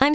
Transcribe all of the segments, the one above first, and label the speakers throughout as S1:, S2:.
S1: I'm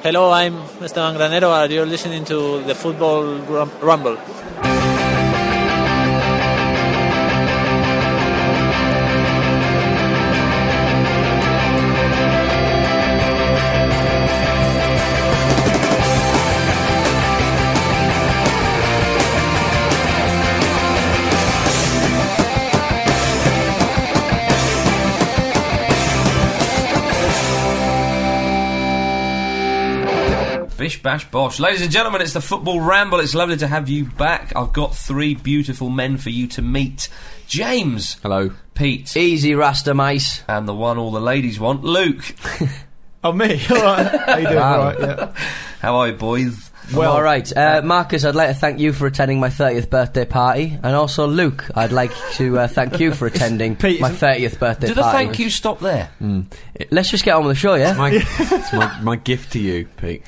S2: Hello, I'm Esteban Granero, and you're listening to the Football Rum- Rumble.
S3: Bish bash bosh. Ladies and gentlemen, it's the Football Ramble. It's lovely to have you back. I've got three beautiful men for you to meet. James.
S4: Hello.
S3: Pete.
S5: Easy Rasta Mace.
S3: and the one all the ladies want, Luke.
S4: Oh, me? All right. How you doing?
S5: Wow.
S4: All right, yeah.
S3: How are you, boys?
S5: Well, all right, uh, Marcus. I'd like to thank you for attending my thirtieth birthday party, and also Luke. I'd like to uh, thank you for attending
S4: Pete,
S5: my
S4: isn't-
S5: thirtieth birthday
S3: Do the
S5: party.
S3: thank you stop there?
S5: Let's just get on with the show, yeah.
S6: My, it's my, my gift to you, Pete,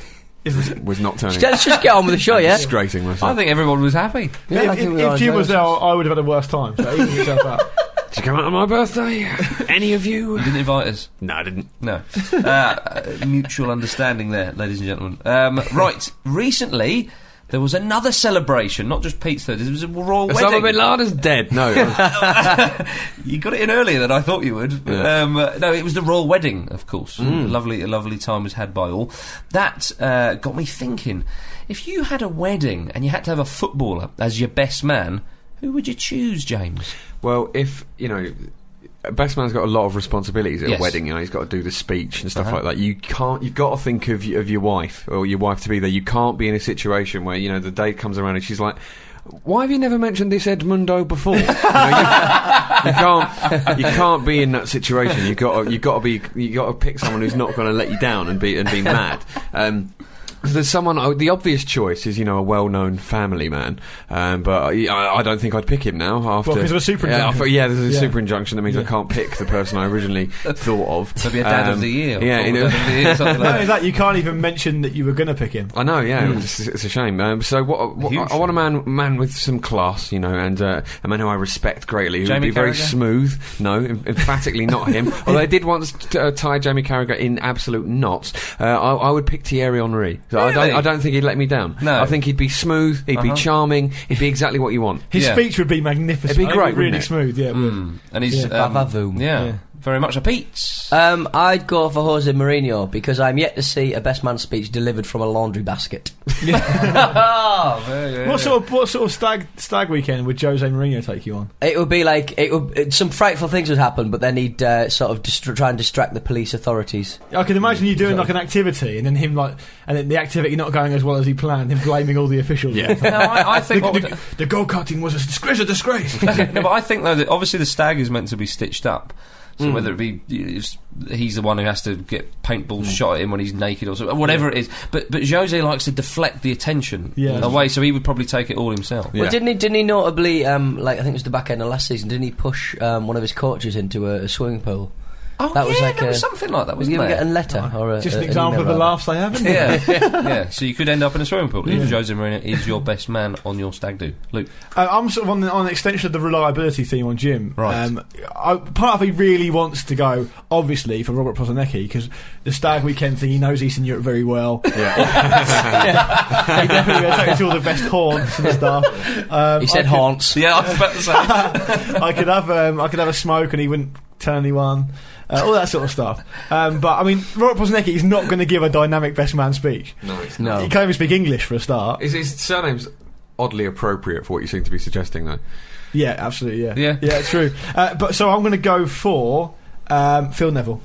S6: was not turning.
S5: Let's just get on with the show, yeah.
S6: Disgracing myself.
S3: I think everyone was happy.
S5: Yeah, I
S4: if
S5: think
S4: if,
S5: we are
S4: if you
S5: enjoying
S4: was there, I would have had the worst time. So even yourself out.
S6: Did you come out on my birthday? Any of you?
S3: You didn't invite us.
S6: No, I didn't.
S3: No. Uh, mutual understanding there, ladies and gentlemen. Um, right, recently there was another celebration, not just Pete's third, it was a royal
S6: Osama
S3: wedding.
S6: bin Laden's dead. No.
S3: you got it in earlier than I thought you would.
S6: Yeah. Mm.
S3: Um, uh, no, it was the royal wedding, of course. A lovely, a lovely time was had by all. That uh, got me thinking: if you had a wedding and you had to have a footballer as your best man, who would you choose, James?
S6: well, if, you know, a best man's got a lot of responsibilities at
S3: Yes.
S6: a wedding. You know, he's got to do the speech and stuff
S3: Uh-huh.
S6: like that. You can't, you've got to think of, y- of your wife or your wife to be there. You can't be in a situation where, you know, the day comes around and she's like, why have you never mentioned this Edmundo before? you, know, you- you can't, you can't be in that situation. You got, you got to be, you got to pick someone who's not going to let you down and be and be mad. Um, so there's someone. oh, The obvious choice is, you know, a well-known family man, um, but I, I- I don't think I'd pick him now. After
S4: 'cause of a super
S6: yeah,
S4: injunction.
S6: after- yeah, there's a
S4: Yeah.
S6: super injunction that means I can't pick the person I originally thought of.
S3: Maybe a dad
S6: Um,
S3: of the year. or
S6: Yeah, you
S3: former
S6: know,
S3: dad of the year, something
S4: Not
S3: like
S4: only
S3: that.
S4: that, you can't even mention that you were going to pick him.
S6: I know, yeah, it's, it's a shame. Um, so, what, what
S3: Huge
S6: I, I want Hmm. a man, man with some class, you know, and uh, a man who I respect greatly, who
S3: Jamie
S6: would be very
S3: Carragher?
S6: smooth. No, em- emphatically not him. Although I did once t- uh, tie Jamie Carragher in absolute knots. Uh, I, I would pick Thierry Henry. So I,
S3: Really?
S6: don't, I don't think he'd let me down.
S3: No.
S6: I think he'd be smooth. He'd
S3: Uh-huh.
S6: be charming. He'd be exactly what you want.
S4: His
S3: Yeah.
S4: speech would be magnificent.
S6: It'd be
S4: I think
S6: great,
S4: really
S6: wouldn't it? Hmm.
S4: smooth. Yeah. it would.
S3: Mm. And he's
S5: Yeah.
S3: um,
S5: Vavavoom.
S3: yeah,
S4: Yeah.
S3: very much a Pete.
S6: Uh,
S5: Um, I'd go for Jose Mourinho because I'm yet to see a best man speech delivered from a laundry basket.
S4: What sort of what sort of stag stag weekend would Jose Mourinho take you on?
S5: It would be like it would it, some frightful things would happen, but then he'd uh, sort of distra- try and distract the police authorities.
S4: I can imagine you doing like an activity, and then him like, and then the activity not going as well as he planned, him blaming all the officials.
S6: Yeah.
S3: no, I, I
S4: The,
S3: think what would-
S4: the, the goal cutting was a disgrace, a disgrace.
S3: no, but I think though that obviously the stag is meant to be stitched up. So
S4: Hmm.
S3: whether it be it's- he's the one who has to get
S4: Hmm.
S3: paintballs shot at him when he's naked or something, whatever it is. But but Jose likes to deflect the attention
S4: Yeah.
S3: away, so he would probably take it all himself.
S6: Yeah.
S5: Well, didn't he? Didn't he notably? Um, like I think it was the back end of last season. Didn't he push um, one of his coaches into a, a swimming pool?
S3: Oh
S5: That
S3: yeah,
S5: was like
S3: there was
S5: a-
S3: something like that,
S5: Was he
S3: wasn't there?
S5: getting a letter or a,
S4: Just
S5: a-
S6: uh,
S4: an example of
S5: email
S4: the
S5: rather?
S4: laughs they have. Isn't it?
S3: yeah, yeah. So you could end up in a swimming pool if Jose Mourinho is your best man on your stag do. Luke,
S4: Uh, I'm sort of on, the, on an extension of the reliability theme on Jim.
S3: Right.
S4: Um, I, part of me really wants to go, obviously, for Robert Prosonecki because the Stag Weekend thing, he knows Eastern Europe very well. he definitely goes out to all the best haunts and stuff. Um,
S5: He said
S4: I could,
S5: haunts.
S3: yeah, I was about to say
S4: I could have, um, I could have a smoke, and he wouldn't tell anyone. Uh, all that sort of stuff. Um, but I mean, Robert Prosonecki is not going to give a dynamic best man speech.
S6: Nice.
S5: No.
S4: He can't even speak English for a start.
S6: Is his surname's oddly appropriate for what you seem to be suggesting, though?
S4: Yeah, absolutely. Yeah,
S3: Yeah.
S4: yeah, it's true. Uh, but so I'm going to go for um, Phil Neville.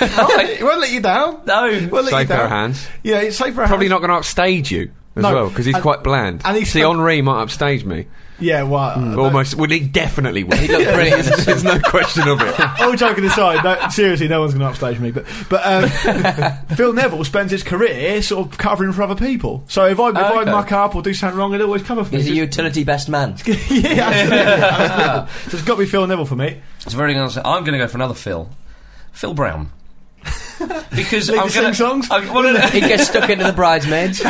S4: It won't let you down.
S3: no.
S4: Won't let you
S6: Safe
S4: down.
S6: pair of hands.
S4: Yeah, it's safe for
S6: Probably not going to upstage you as
S4: No.
S6: well because he's
S4: And-
S6: quite bland.
S4: and he's
S6: See,
S4: so-
S6: Henri might upstage me.
S4: Yeah, well, uh,
S6: Almost. Well, he definitely will.
S5: He looked brilliant.
S6: There's there's no question of it.
S4: all joking aside, no, seriously, no one's going to upstage me. But but um, Phil Neville spends his career sort of covering for other people. So if I if I
S3: Okay.
S4: muck up or do something wrong, he'll always cover for me.
S5: He's a
S4: So
S5: utility best man.
S4: it's- yeah, absolutely, absolutely. So it's got to be Phil Neville for me.
S3: It's very nice. I'm going to go for another Phil. Phil Brown. Because
S4: Make
S3: I'm
S4: the
S3: going
S4: sing songs?
S3: I, well, no, no,
S5: He gets stuck into the bridesmaids.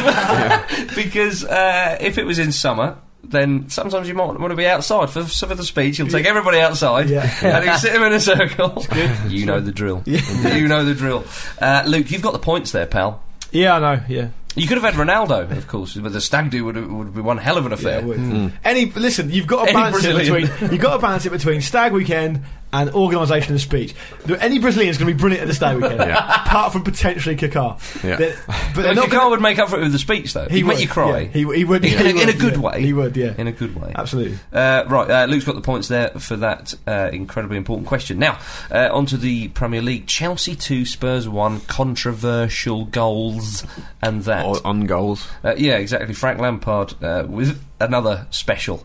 S3: because uh, if it was in summer, then sometimes you might want to be outside for some of the speech. He'll take everybody outside
S4: Yeah.
S3: and he'll sit them in a circle. You know the drill. You know the drill. Uh, Luke, you've got the points there, pal.
S4: Yeah, I know. Yeah.
S3: You could have had Ronaldo, of course, but the stag do would, would be one hell of an affair.
S4: Yeah, it would. Any listen, you've got to
S3: Any
S4: balance it
S3: Brazilian.
S4: between you've got to balance it between stag weekend and organisation of speech. There- Any Brazilian's going to be brilliant at the stag weekend,
S6: Yeah.
S4: apart from potentially Kakar.
S6: Yeah.
S4: They're- But they're
S3: But
S4: not
S3: Kakar
S4: gonna-
S3: would make up for it with the speech, though. He'd make
S4: would,
S3: you cry.
S4: yeah. he, he would
S3: In a-
S4: he
S3: in
S4: would,
S3: a good
S4: yeah.
S3: way.
S4: He would, yeah,
S3: in a good way.
S4: absolutely.
S3: Uh, right, uh, Luke's got the points there for that uh, incredibly important question. Now, uh, on to the Premier League. Chelsea 2, Spurs 1, controversial goals and that.
S6: O- on goals.
S3: Uh, yeah, exactly. Frank Lampard uh, with another special.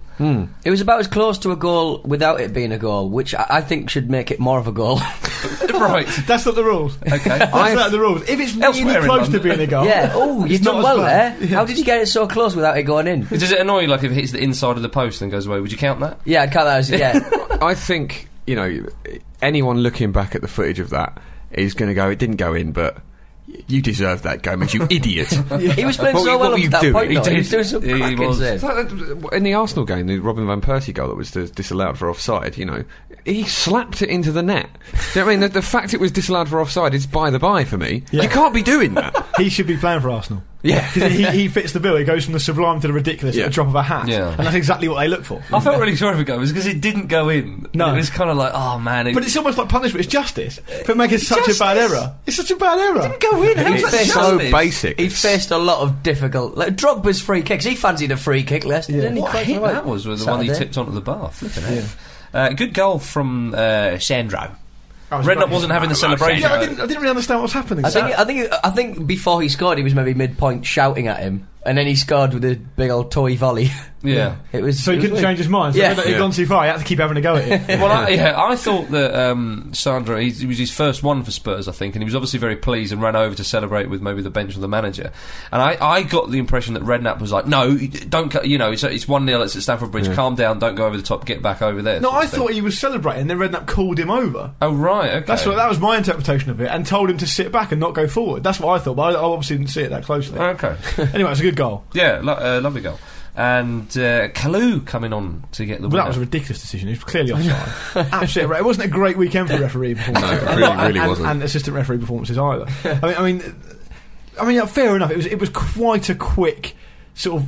S5: It was about as close to a goal without it being a goal, which I, I think should make it more of a goal.
S3: right,
S4: That's not the rules.
S3: okay.
S4: That's not the rules. If it's
S3: Elsewhere
S4: really
S3: in
S4: close to
S3: London.
S4: being a goal,
S5: yeah. Oh,
S4: it's
S5: you've
S4: not
S5: done
S4: as
S5: well
S4: bad.
S5: there. How did you get it so close without it going in?
S3: Does it annoy you, like, if it hits the inside of the post and goes away? Would you count that?
S5: Yeah, I count that as yeah.
S6: I think you know anyone looking back at the footage of that is going to go, "It didn't go in, but you deserve that, Gomez, you idiot."
S5: He was playing
S6: What were
S5: so well
S6: you- what
S5: up
S6: were
S5: to
S6: you
S5: that
S6: doing?
S5: point.
S6: He
S5: though. He was
S3: did.
S5: doing some
S3: He
S5: cracking
S3: was.
S5: saves.
S6: So that- In the Arsenal game, the Robin van Persie goal that was dis- disallowed for offside, you know, he slapped it into the net. Do you know what I mean? The, the fact it was disallowed for offside is by the by for me. You can't be doing that.
S4: he should be playing for Arsenal.
S6: Yeah.
S4: because he, he fits the bill. He goes from the sublime to the ridiculous
S6: Yeah.
S4: at the drop of a hat,
S3: Yeah.
S4: and that's exactly what they look for.
S3: I felt really sorry for Gomez because it didn't go in.
S4: No.
S3: It was kind of like, oh, man. It,
S4: But it's almost like punishment. Uh, It's justice for making such a bad
S3: justice.
S4: error. It's such a bad error.
S3: didn't go in. How's
S5: It's
S3: that
S5: so
S3: justice?
S6: Basic.
S5: He faced a lot of difficult. Like Drogba's free kicks. He fancied a free kick, Leicester, didn't he?
S3: What
S5: Quite
S3: a hit
S5: right.
S3: that was, was the one he
S5: Saturday.
S3: tipped onto the bar. Flipping heck. Uh, good goal from uh, Sandro. Redknapp wasn't having the celebration.
S4: Yeah, I didn't, I didn't really understand what was happening.
S5: I think, I think I think before he scored, he was maybe midpoint shouting at him, and then he scored with a big old toy volley.
S3: Yeah.
S5: It was
S4: so
S5: it
S4: he
S5: was
S4: couldn't
S5: weird.
S4: change his mind. So
S5: Yeah.
S4: yeah. he'd gone too far. He had to keep having a go at it.
S3: well, I, yeah, I thought that um, Sandro, he, it was his first one for Spurs, I think, and he was obviously very pleased and ran over to celebrate with maybe the bench or the manager. And I, I got the impression that Redknapp was like, no, you don't, co- you know, it's, it's 1 0, it's at Stamford Bridge, calm down, don't go over the top, get back over there.
S4: no,
S3: sort
S4: I
S3: of thing.
S4: thought he was celebrating. Then Redknapp called him over.
S3: Oh, right, okay.
S4: That's what that was my interpretation of it, and told him to sit back and not go forward. That's what I thought, but I, I obviously didn't see it that closely.
S3: Okay.
S4: anyway, it's a good goal.
S3: yeah, lo- uh, lovely goal. And uh, Kalou coming on to get the
S4: But
S3: winner.
S4: that was a ridiculous decision. It was clearly offside. Absolutely right. It wasn't a great weekend for referee performances.
S6: No, it really,
S4: and,
S6: really
S4: and-
S6: wasn't.
S4: And assistant referee performances either. I mean, I mean, I mean, yeah, fair enough. It was it was quite a quick sort of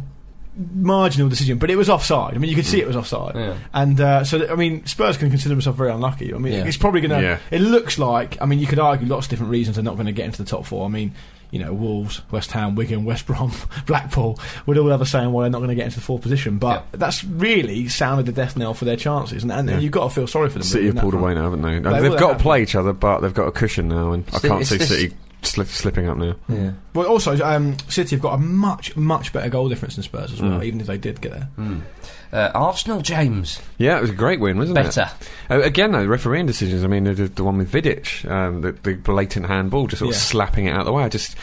S4: marginal decision, but it was offside. I mean, you could see it was offside.
S3: Yeah.
S4: And uh, so, I mean, Spurs can consider themselves very unlucky. I mean,
S5: Yeah.
S4: it's probably going to.
S6: Yeah.
S4: It looks like. I mean, you could argue lots of different reasons they're not going to get into the top four. I mean. You know, Wolves, West Ham, Wigan, West Brom, Blackpool would all have a saying why they're not going to get into the fourth position. But that's really sounded the death knell for their chances, and, and
S6: Yeah.
S4: you've got to feel sorry for them.
S6: City
S4: really,
S6: have
S4: in that
S6: pulled
S4: front.
S6: away now, haven't they?
S4: They
S6: they've
S4: will,
S6: got
S4: haven't
S6: to play each other, but they've got a cushion now, and I
S5: It's the-
S6: can't
S5: it's
S6: see
S5: the-
S6: City slip, slipping up now.
S5: Yeah.
S4: Well, also, um, City have got a much, much better goal difference than Spurs as well, even if they did get there.
S3: uh, Arsenal James.
S6: Yeah, it was a great win, wasn't it?
S3: Better.
S6: Uh, again, though, the refereeing decisions. I mean, the, the one with Vidic, um, the, the blatant handball, just sort of
S4: Yeah.
S6: slapping it out of the way. I just,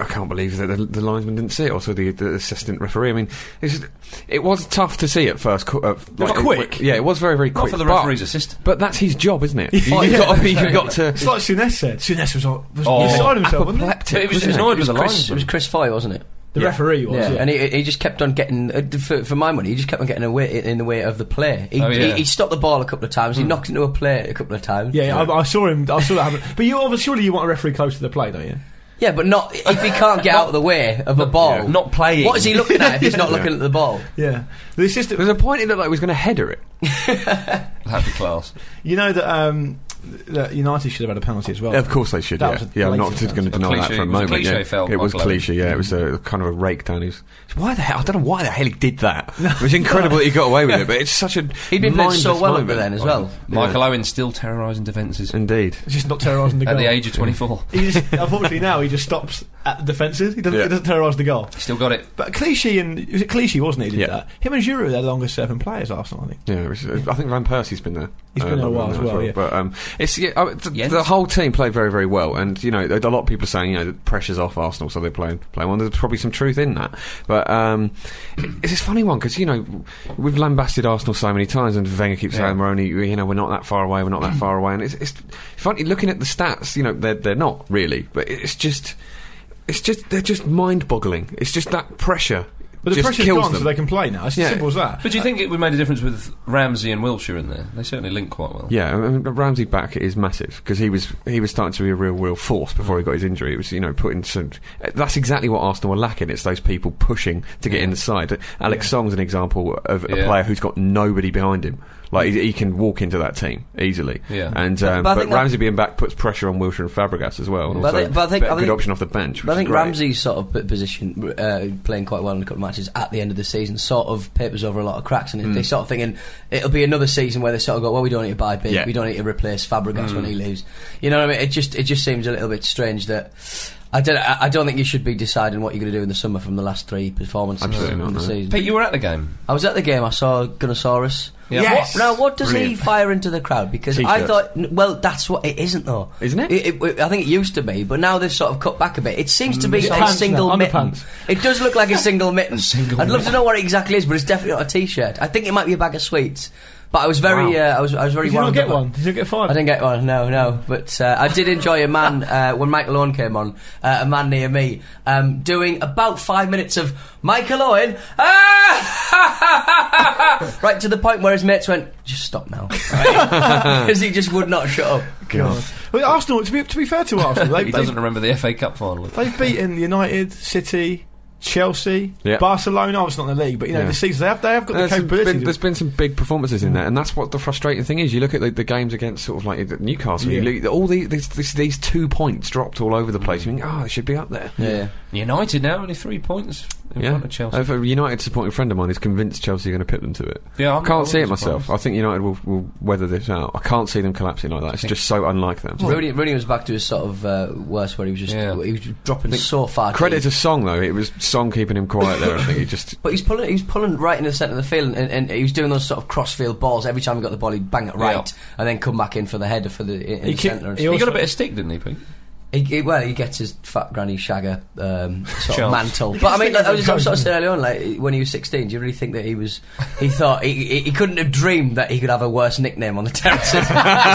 S6: I can't believe that the, the linesman didn't see it. Also, the, the assistant referee. I mean, it's just, it was tough to see at first. cu- Uh,
S4: was quick.
S6: Yeah, it was very, very
S3: Not
S6: quick.
S3: for the
S6: but-
S3: referee's assistant.
S6: But that's his job, isn't it? You- You've got to. be- You've got to
S4: It's like Sunes said. Sunes was, on- was
S3: Oh.
S4: beside himself, wasn't he?
S6: apoplectic.
S3: But he was
S6: wasn't
S3: annoyed
S6: It was
S3: with the
S6: Chris-
S3: linesman.
S5: It was Chris Foy, wasn't it?
S4: The referee was.
S5: yeah.
S4: Yeah.
S5: and he, he just kept on getting uh, d- for, for my money. He just kept on getting away in the way of the play. He,
S3: Oh, yeah. Hmm.
S5: he, he stopped the ball a couple of times. He knocked into a play a couple of times.
S4: yeah, yeah, I, I saw him. I saw that happen. But you obviously, surely you want a referee close to the play, don't you?
S5: yeah, but not if he can't get out of the way of a ball.
S3: Not playing.
S5: What is he looking at if he's not looking at the ball?
S4: Yeah. The assistant.
S6: There's a point it looked like he was going to header it.
S3: Happy class.
S4: You know that, um, that United should have had a penalty as well.
S6: Of course they should.
S4: That
S6: yeah,
S4: was a
S6: yeah I'm not
S4: blatant
S6: going to
S4: penalty.
S6: deny
S3: A
S6: that
S3: cliche- it
S6: for a
S3: was a cliche
S6: moment.
S3: foul,
S6: yeah. it was
S3: Michael Owen.
S6: cliche. Yeah, it was a kind of a rake down his. Why the hell? I don't know why the hell he did that. It was incredible that he got away with it. But it's such a
S5: He'd been playing
S6: mindless
S5: so well up
S6: moment.
S5: to then as well.
S3: Michael Owen still terrorising defences
S6: Indeed.
S4: It's just not terrorising the
S3: at
S4: goal.
S3: the age of 24.
S4: He just, unfortunately, now he just stops at the defences. He doesn't,
S6: Yeah.
S4: he doesn't terrorise the goal.
S3: Still got it.
S4: But Clichy and it was it Clichy, wasn't he? Did
S6: Yeah.
S4: that. Him and Giroud are their longest serving players. Arsenal, I think.
S6: Yeah, it was, I think Van Persie's been there. uh,
S4: He's been there a while as well, yeah.
S6: But um, it's yeah, uh, th-
S3: Jens?
S6: the whole team played very, very well, and you know a lot of people are saying you know the pressure's off Arsenal, so they're playing playing well. There's probably some truth in that, but um, it's this funny one because you know we've lambasted Arsenal so many times, and Wenger keeps saying we're only you know we're not that far away, we're not that far away, and it's, it's funny looking at the stats. You know they're they're not really, but it's just. It's just they're just mind-boggling. It's just that pressure.
S4: But the
S6: just
S4: pressure's
S6: kills
S4: gone,
S6: them.
S4: so they can play now. It's
S6: Yeah.
S4: as simple as that.
S3: But do you think it would made a difference with Ramsey and Wilshire in there? They certainly link quite well.
S6: Yeah, I mean, Ramsey back is massive because he was he was starting to be a real real force before he got his injury. It was you know putting some. That's exactly what Arsenal were lacking. It's those people pushing to get in the side. Alex Song's an example of a
S3: Yeah.
S6: player who's got nobody behind him. Like he, he can walk into that team easily.
S3: Yeah.
S6: and
S5: But-
S6: um,
S5: but I
S6: but,
S5: think that-
S6: Ramsey being back puts pressure on Wilshere and Fabregas as well. And
S5: But I
S6: also
S5: think- but I think-
S6: a
S5: I
S6: good
S5: think-
S6: option off the bench.
S5: But I
S6: which
S5: think
S6: is great.
S5: Ramsey's sort of p- position, uh, playing quite well in a couple of matches at the end of the season, sort of papers over a lot of cracks. And they sort of thinking it'll be another season where they sort of go, well, we don't need to buy big,
S6: Yeah.
S5: we don't need to replace Fabregas when he leaves. You know what I mean? It just it just seems a little bit strange that. I don't. I I don't think you should be deciding what you're going to do in the summer from the last three performances
S6: Absolutely
S5: of
S6: not,
S5: the
S6: no.
S5: season.
S3: Pete, you were at the game.
S5: I was at the game. I saw Gunnosaurus.
S3: Yeah.
S4: Yes!
S5: What, now, what does he
S6: Brilliant.
S5: fire into the crowd? Because I
S6: T-shirts.
S5: thought, n- well, that's what it isn't, though,
S6: Isn't it?
S5: I think it used to be, but now they've sort of cut back a bit. It seems to be
S4: It's
S5: a
S4: Mm. pants
S5: single
S4: now,
S5: mitten.
S4: underpants.
S5: It does look like a single mitten.
S3: single
S5: I'd love to
S3: mitten.
S5: know what it exactly is, but it's definitely not a T-shirt. I think it might be a bag of sweets. But I was very, uh, I was, I was very.
S4: Did you not
S5: wound
S4: get
S5: up-
S4: one? Did you not get five?
S5: I didn't get one, no, no. But uh, I did enjoy a man, uh, when Michael Owen came on, uh, a man near me, um, doing about five minutes of Michael Owen, ah! right to the point where his mates went, just stop now. Because he just would not shut up.
S6: God.
S4: Well, Arsenal. To be, to be fair to Arsenal, they,
S3: He
S4: they,
S3: doesn't remember the FA Cup final.
S4: They've beaten United, City, Chelsea,
S6: Yeah.
S4: Barcelona. Obviously not in the league, but you know
S6: Yeah.
S4: this season they have they have got the
S6: There's
S4: capability.
S6: been, there's been some big performances
S3: Hmm.
S6: in there, and that's what the frustrating thing is. You look at the, the games against sort of like Newcastle.
S4: Yeah.
S6: You look, all these, these these these two points dropped all over the place. You think, oh, they should be up there.
S5: Yeah.
S3: United now only three points in front of Chelsea.
S6: If a United supporting friend of mine is convinced Chelsea are going to pip them to it.
S3: Yeah, I'm-
S6: I can't
S3: I'm
S6: see it
S3: surprised.
S6: myself. I think United will, will weather this out. I can't see them collapsing like that. It's just so unlike them.
S5: Rooney, Rooney was back to his sort of uh, worst, where he was just
S3: Yeah.
S5: he was dropping so far.
S6: Credit
S5: deep.
S6: to Song though. It was Song keeping him quiet there. I think he just
S5: But he's pulling, he was pulling right in the centre of the field, and, and he was doing those sort of crossfield balls. Every time he got the ball, he'd bang it right, and then come back in for the header for the in
S4: He
S5: the
S4: kicked-
S5: centre. and
S4: he
S5: stuff.
S3: He got
S4: also-
S3: a bit of stick, didn't he, Pete?
S5: He, he, well, he gets his fat granny shagger um, sort of
S3: Shelf.
S5: mantle. But I mean, like, I was, I was sort of
S4: Coat.
S5: saying earlier on, like when he was sixteen, do you really think that he was? He thought he, he, he couldn't have dreamed that he could have a worse nickname on the terraces.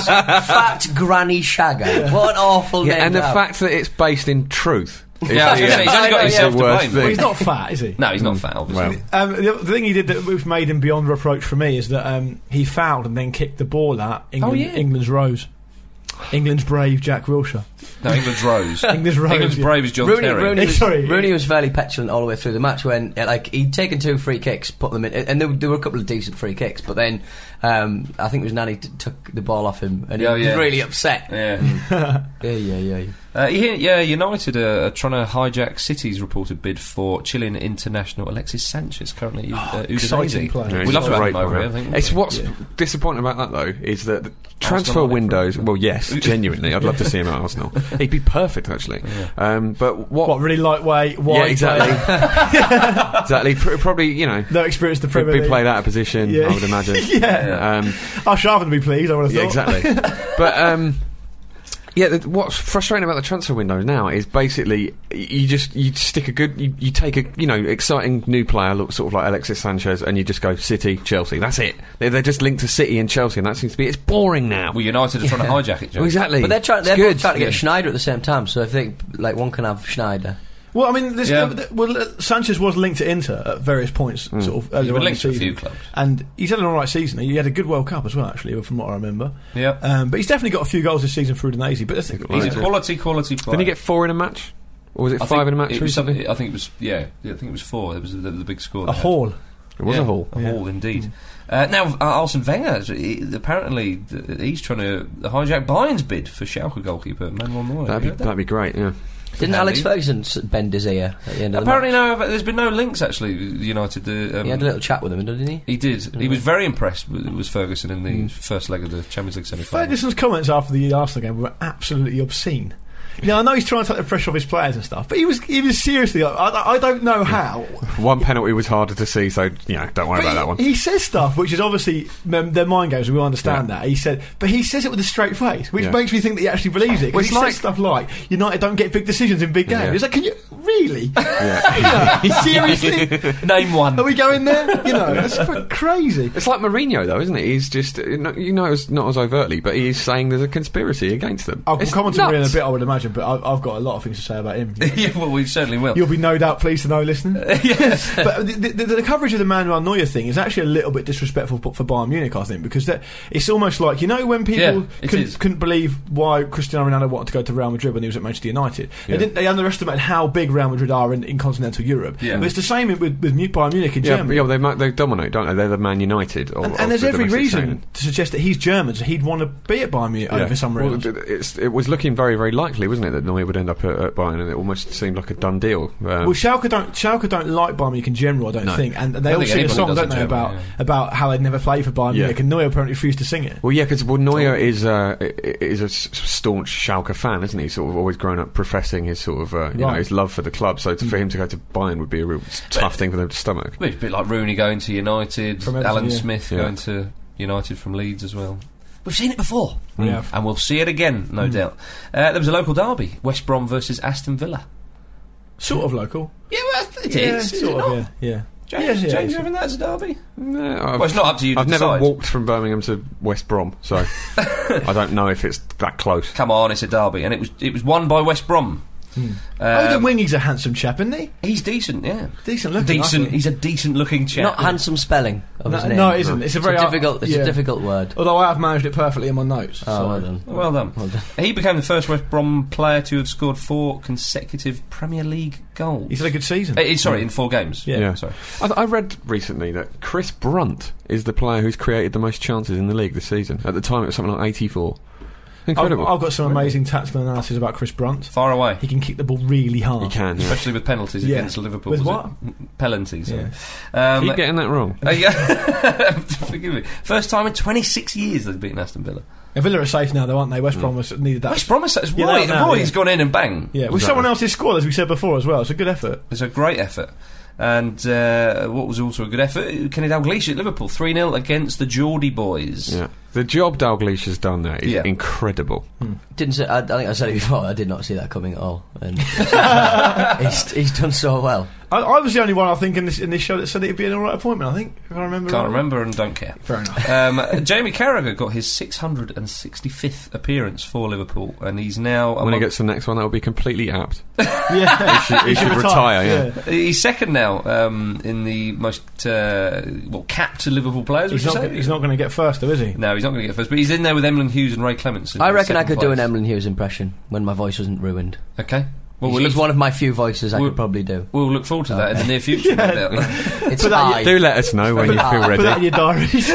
S5: fat granny shagger. What an awful
S6: yeah.
S5: name.
S6: And the
S5: to have.
S6: fact that it's based in truth. is
S3: Yeah, I was
S6: the,
S3: gonna
S6: uh,
S3: say, he's only got
S6: the
S3: himself to
S6: worst
S3: blame.
S6: thing.
S4: well, he's not fat, is he?
S3: No, he's not fat, obviously.
S6: Mm. Well.
S4: Um, the, the thing he did that we've made him beyond reproach for me is that um, he fouled and then kicked the ball at England,
S3: Oh, yeah.
S4: England's Rose. England's brave Jack Wilshere.
S3: No, England's Rose.
S4: England's Rose.
S3: England's
S4: yeah.
S3: brave is John
S5: Rooney,
S3: Terry.
S5: Rooney, was,
S4: Sorry.
S5: Rooney was fairly petulant all the way through the match when uh, like he'd taken two free kicks, put them in, and there, there were a couple of decent free kicks, but then um, I think it was Nanny t- took the ball off him and he
S3: Oh,
S5: was
S3: yeah.
S5: really upset.
S3: Yeah.
S5: Yeah, yeah, yeah.
S3: Uh, yeah, yeah, United are, are trying to hijack City's reported bid for Chilean international Alexis Sanchez, currently uh,
S4: exciting
S3: Udinese.
S4: player.
S6: Yeah,
S3: We'd
S6: he's
S3: love to have
S6: great
S3: him over here,
S6: Oh, player.
S3: I think. wouldn't
S6: It's
S3: we?
S6: what's disappointing about that though is that the transfer
S3: aren't it,
S6: windows. Well, yes, genuinely, I'd love to see him at Arsenal. He'd be perfect actually. Um, but what?
S4: What really lightweight, wide,
S6: yeah,
S4: player,
S6: exactly. exactly. Pr- probably, you know,
S4: no experience in the
S6: could
S4: Premier
S6: be
S4: League.
S6: played out of position.
S4: Yeah.
S6: I would imagine.
S4: Yeah.
S6: Um,
S4: Oh, Sharpen would be pleased. I would have
S6: yeah,
S4: thought.
S6: exactly. but um, yeah, the, what's frustrating about the transfer window now is basically y- you just you stick a good you, you take a you know exciting new player look sort of like Alexis Sanchez and you just go City Chelsea. That's it. They're, they're just linked to City and Chelsea, and that seems to be it's boring now.
S3: Well, United are trying to hijack it, Joe.
S6: Well, exactly.
S5: But they're trying.
S6: It's
S5: They're
S6: good.
S5: both trying to get
S6: Yeah.
S5: Schneider at the same time. So if they like, one can have Schneider.
S4: Well, I mean, this
S3: Yeah.
S4: th- well, uh, Sanchez was linked to Inter at various points,
S6: Mm.
S4: sort of.
S3: He's
S4: earlier
S3: been
S4: on in
S3: linked
S4: the
S3: to a
S4: season.
S3: few clubs.
S4: and he's had an all right season. He had a good World Cup as well, actually, from what I remember.
S3: Yeah.
S4: Um, but he's definitely got a few goals this season for Udinese. But that's-
S3: He's
S6: Right.
S3: a quality, quality player.
S6: Didn't he get four in a match, or was it
S3: I
S6: five
S3: think
S6: in a match?
S3: It
S6: or
S3: was
S6: something?
S3: something. I think it was. Yeah, yeah I think it was four. It was the, the big score.
S4: a
S3: they had.
S4: haul.
S6: It was
S3: Yeah,
S6: a haul.
S3: A haul, indeed. Uh, now, uh, Arsene Wenger, he, apparently, th- he's trying to hijack Bayern's bid for Schalke goalkeeper Manuel Neuer.
S6: That'd be,
S3: You heard that?
S6: that'd be great, yeah.
S5: Didn't
S3: Maybe.
S5: Alex Ferguson s- bend his ear at the end of
S3: Apparently,
S5: the match?
S3: no. uh, There's been no links actually. United. The, um,
S5: He had a little chat with him, didn't he?
S3: He did. He was very impressed with, with Ferguson
S6: Mm.
S3: in the first leg of the Champions League semi-final.
S4: Ferguson's comments after the Arsenal game were absolutely obscene. Yeah, I know he's trying to take the pressure off his players and stuff, but he was he was seriously. Like, I, I don't know how.
S6: One penalty was harder to see, so you know, don't worry
S4: But
S6: about that
S4: he-
S6: one.
S4: He says stuff which is obviously mem- their mind games. We all understand
S6: Yeah.
S4: that. He said, but he says it with a straight face, which
S6: Yeah.
S4: makes me think that he actually believes it.
S6: Well,
S4: Because
S6: it's
S4: he
S6: like-
S4: says stuff like United don't get big decisions in big games.
S6: Yeah.
S4: It's like, can you really?
S6: Yeah.
S4: You know, seriously?
S3: Name one.
S4: Are we going there? You know, that's fucking crazy.
S6: It's like Mourinho, though, isn't it? He's just you know, you know, it's not as overtly, but he's saying there's a conspiracy against them.
S4: I'll
S6: It's
S4: Oh, come on to Maria in a
S6: nuts.
S4: bit, I would imagine, but I've, I've got a lot of things to say about him.
S3: yeah, well, we certainly will.
S4: You'll be no doubt pleased to know, listener. but the, the, the coverage of the Manuel Neuer thing is actually a little bit disrespectful for, for Bayern Munich, I think, because that it's almost like you know when people
S3: Yeah, it is.
S4: couldn't, couldn't believe why Cristiano Ronaldo wanted to go to Real Madrid when he was at Manchester United. They,
S6: Yeah.
S4: didn't, they underestimated how big Real Madrid are in, in continental Europe.
S3: Yeah.
S4: But it's the same with, with Mu- Bayern Munich in
S6: Yeah, but
S4: Germany.
S6: yeah, they ma- they dominate, don't they? They're the Man United, or,
S4: and,
S6: or
S4: and there's
S6: the
S4: every
S6: domestic
S4: reason
S6: scene.
S4: to suggest that he's German, so he'd want to be at Bayern Munich over some
S6: Well,
S4: reason.
S6: d- it's, it was looking very, very likely, wasn't it, that Neuer would end up at, at Bayern, and it almost seemed like a done deal. Um,
S4: Well, Schalke don't Schalke don't like Bayern Munich in general, I don't think, and they
S3: I
S4: all
S3: think
S4: sing a
S3: anybody
S4: song,
S3: does
S4: don't
S3: in
S4: they,
S3: Germany,
S4: about
S3: yeah.
S4: about how they'd never play for Bayern
S6: Yeah.
S4: Munich, and Neuer apparently refused to sing it.
S6: Well, yeah, because well, Neuer is uh, i- i- is a s- staunch Schalke fan, isn't he? Sort of always grown up professing his sort of uh, you know
S4: Right. Mm.
S6: his love for the club. So to, for him to go to Bayern would be a real s- tough thing for them to stomach.
S3: Well, It's a bit like Rooney going to United,
S4: From Everton,
S3: Alan
S4: yeah.
S3: Smith
S6: Yeah.
S3: going to United from Leeds as well. We've seen it before.
S4: We have.
S3: And we'll see it again, no doubt. Uh, there was a local derby West Brom versus Aston Villa.
S4: Sort of local.
S3: Yeah, well, it is.
S4: yeah,
S3: is
S4: sort
S3: it
S4: of.
S3: not?
S4: Yeah, yeah.
S3: James,
S4: Yeah, yeah,
S3: James
S4: yeah.
S3: you having that as a derby?
S6: No, I've,
S3: Well, it's not up to you to
S6: I've never
S3: decide.
S6: walked from Birmingham to West Brom, so I don't know if it's that close.
S3: Come on, it's a derby. And it was it was won by West Brom.
S4: Odin
S3: Um,
S4: Wingy's Oh, a handsome chap, isn't he?
S3: he's decent, yeah.
S4: Decent looking. I
S3: Decent.
S4: think.
S3: He's a decent looking chap.
S5: Not handsome spelling of his
S4: No,
S5: name.
S4: no, it isn't. It's a very
S5: difficult. It's
S4: yeah. Oh,
S5: a difficult word.
S4: Although I have managed it perfectly in my notes.
S5: Oh,
S4: so-
S5: well done.
S3: Well done.
S5: Well done.
S3: He became the first West Brom player to have scored four consecutive Premier League goals.
S4: He's had a good season.
S3: Uh, sorry, in four games.
S4: Yeah.
S6: Yeah.
S3: Sorry.
S6: I, I read recently that Chris Brunt is the player who's created the most chances in the league this season. At the time, it was something like 84.
S4: I've,
S6: Incredible.
S4: I've got some amazing tactical analysis about Chris Brunt.
S3: Far away.
S4: He can kick the ball really hard.
S6: you can. Yeah.
S3: Especially with penalties
S4: Yeah.
S3: against Liverpool.
S4: With
S3: was
S4: what?
S3: it? Penalties. sorry.
S4: Yeah.
S3: Um,
S6: Keep getting that wrong.
S3: uh, yeah. Forgive me. First time in 26 years they've beaten Aston Villa.
S4: And Villa are safe now, though, aren't they? West Brom was needed that.
S3: West Brom is that's
S4: Yeah, they
S3: right.
S4: are now,
S3: Roy has
S4: yeah.
S3: gone in and bang.
S4: yeah, with someone else's score, as we said before, as well. It's a good effort.
S3: It's a great effort. And uh, what was also a good effort, Kenny Dalglish at Liverpool, 3 0 against the Geordie boys.
S6: Yeah. The job Dalglish has done there is
S3: Yeah.
S6: incredible.
S5: Didn't say, I, I think I said it before. I did not see that coming at all. And he's, he's done so well.
S4: I, I was the only one, I think, in this in this show that said it'd be an all right appointment. I think, if I remember.
S3: Can't
S4: right.
S3: remember and don't care.
S4: Fair enough.
S3: Um, Jamie Carragher got his 665th appearance for Liverpool, and he's now
S6: When he
S3: among-
S6: gets to the next one, that will be completely apt.
S4: Yeah,
S6: He should, he should retire, yeah.
S3: He's second now um, in the most uh, well capped Liverpool players. would
S4: He's
S3: you
S4: not.
S3: say?
S4: gonna- He's not going to get first, though, is he?
S3: No, he's not going to get first, but he's in there with Emlyn Hughes and Ray Clements. in
S5: I reckon I
S3: second
S5: could do an
S3: place.
S5: Emlyn Hughes impression when my voice wasn't ruined.
S3: Okay. Well,
S5: he's,
S3: we'll
S5: he's
S3: look,
S5: one of my few voices I
S3: We'll-
S5: could probably do.
S3: we'll look forward to that in the near future. no doubt.
S5: It's
S4: that you
S5: I.
S6: Do let us know when you feel
S4: Put that
S6: ready.
S4: in your diaries.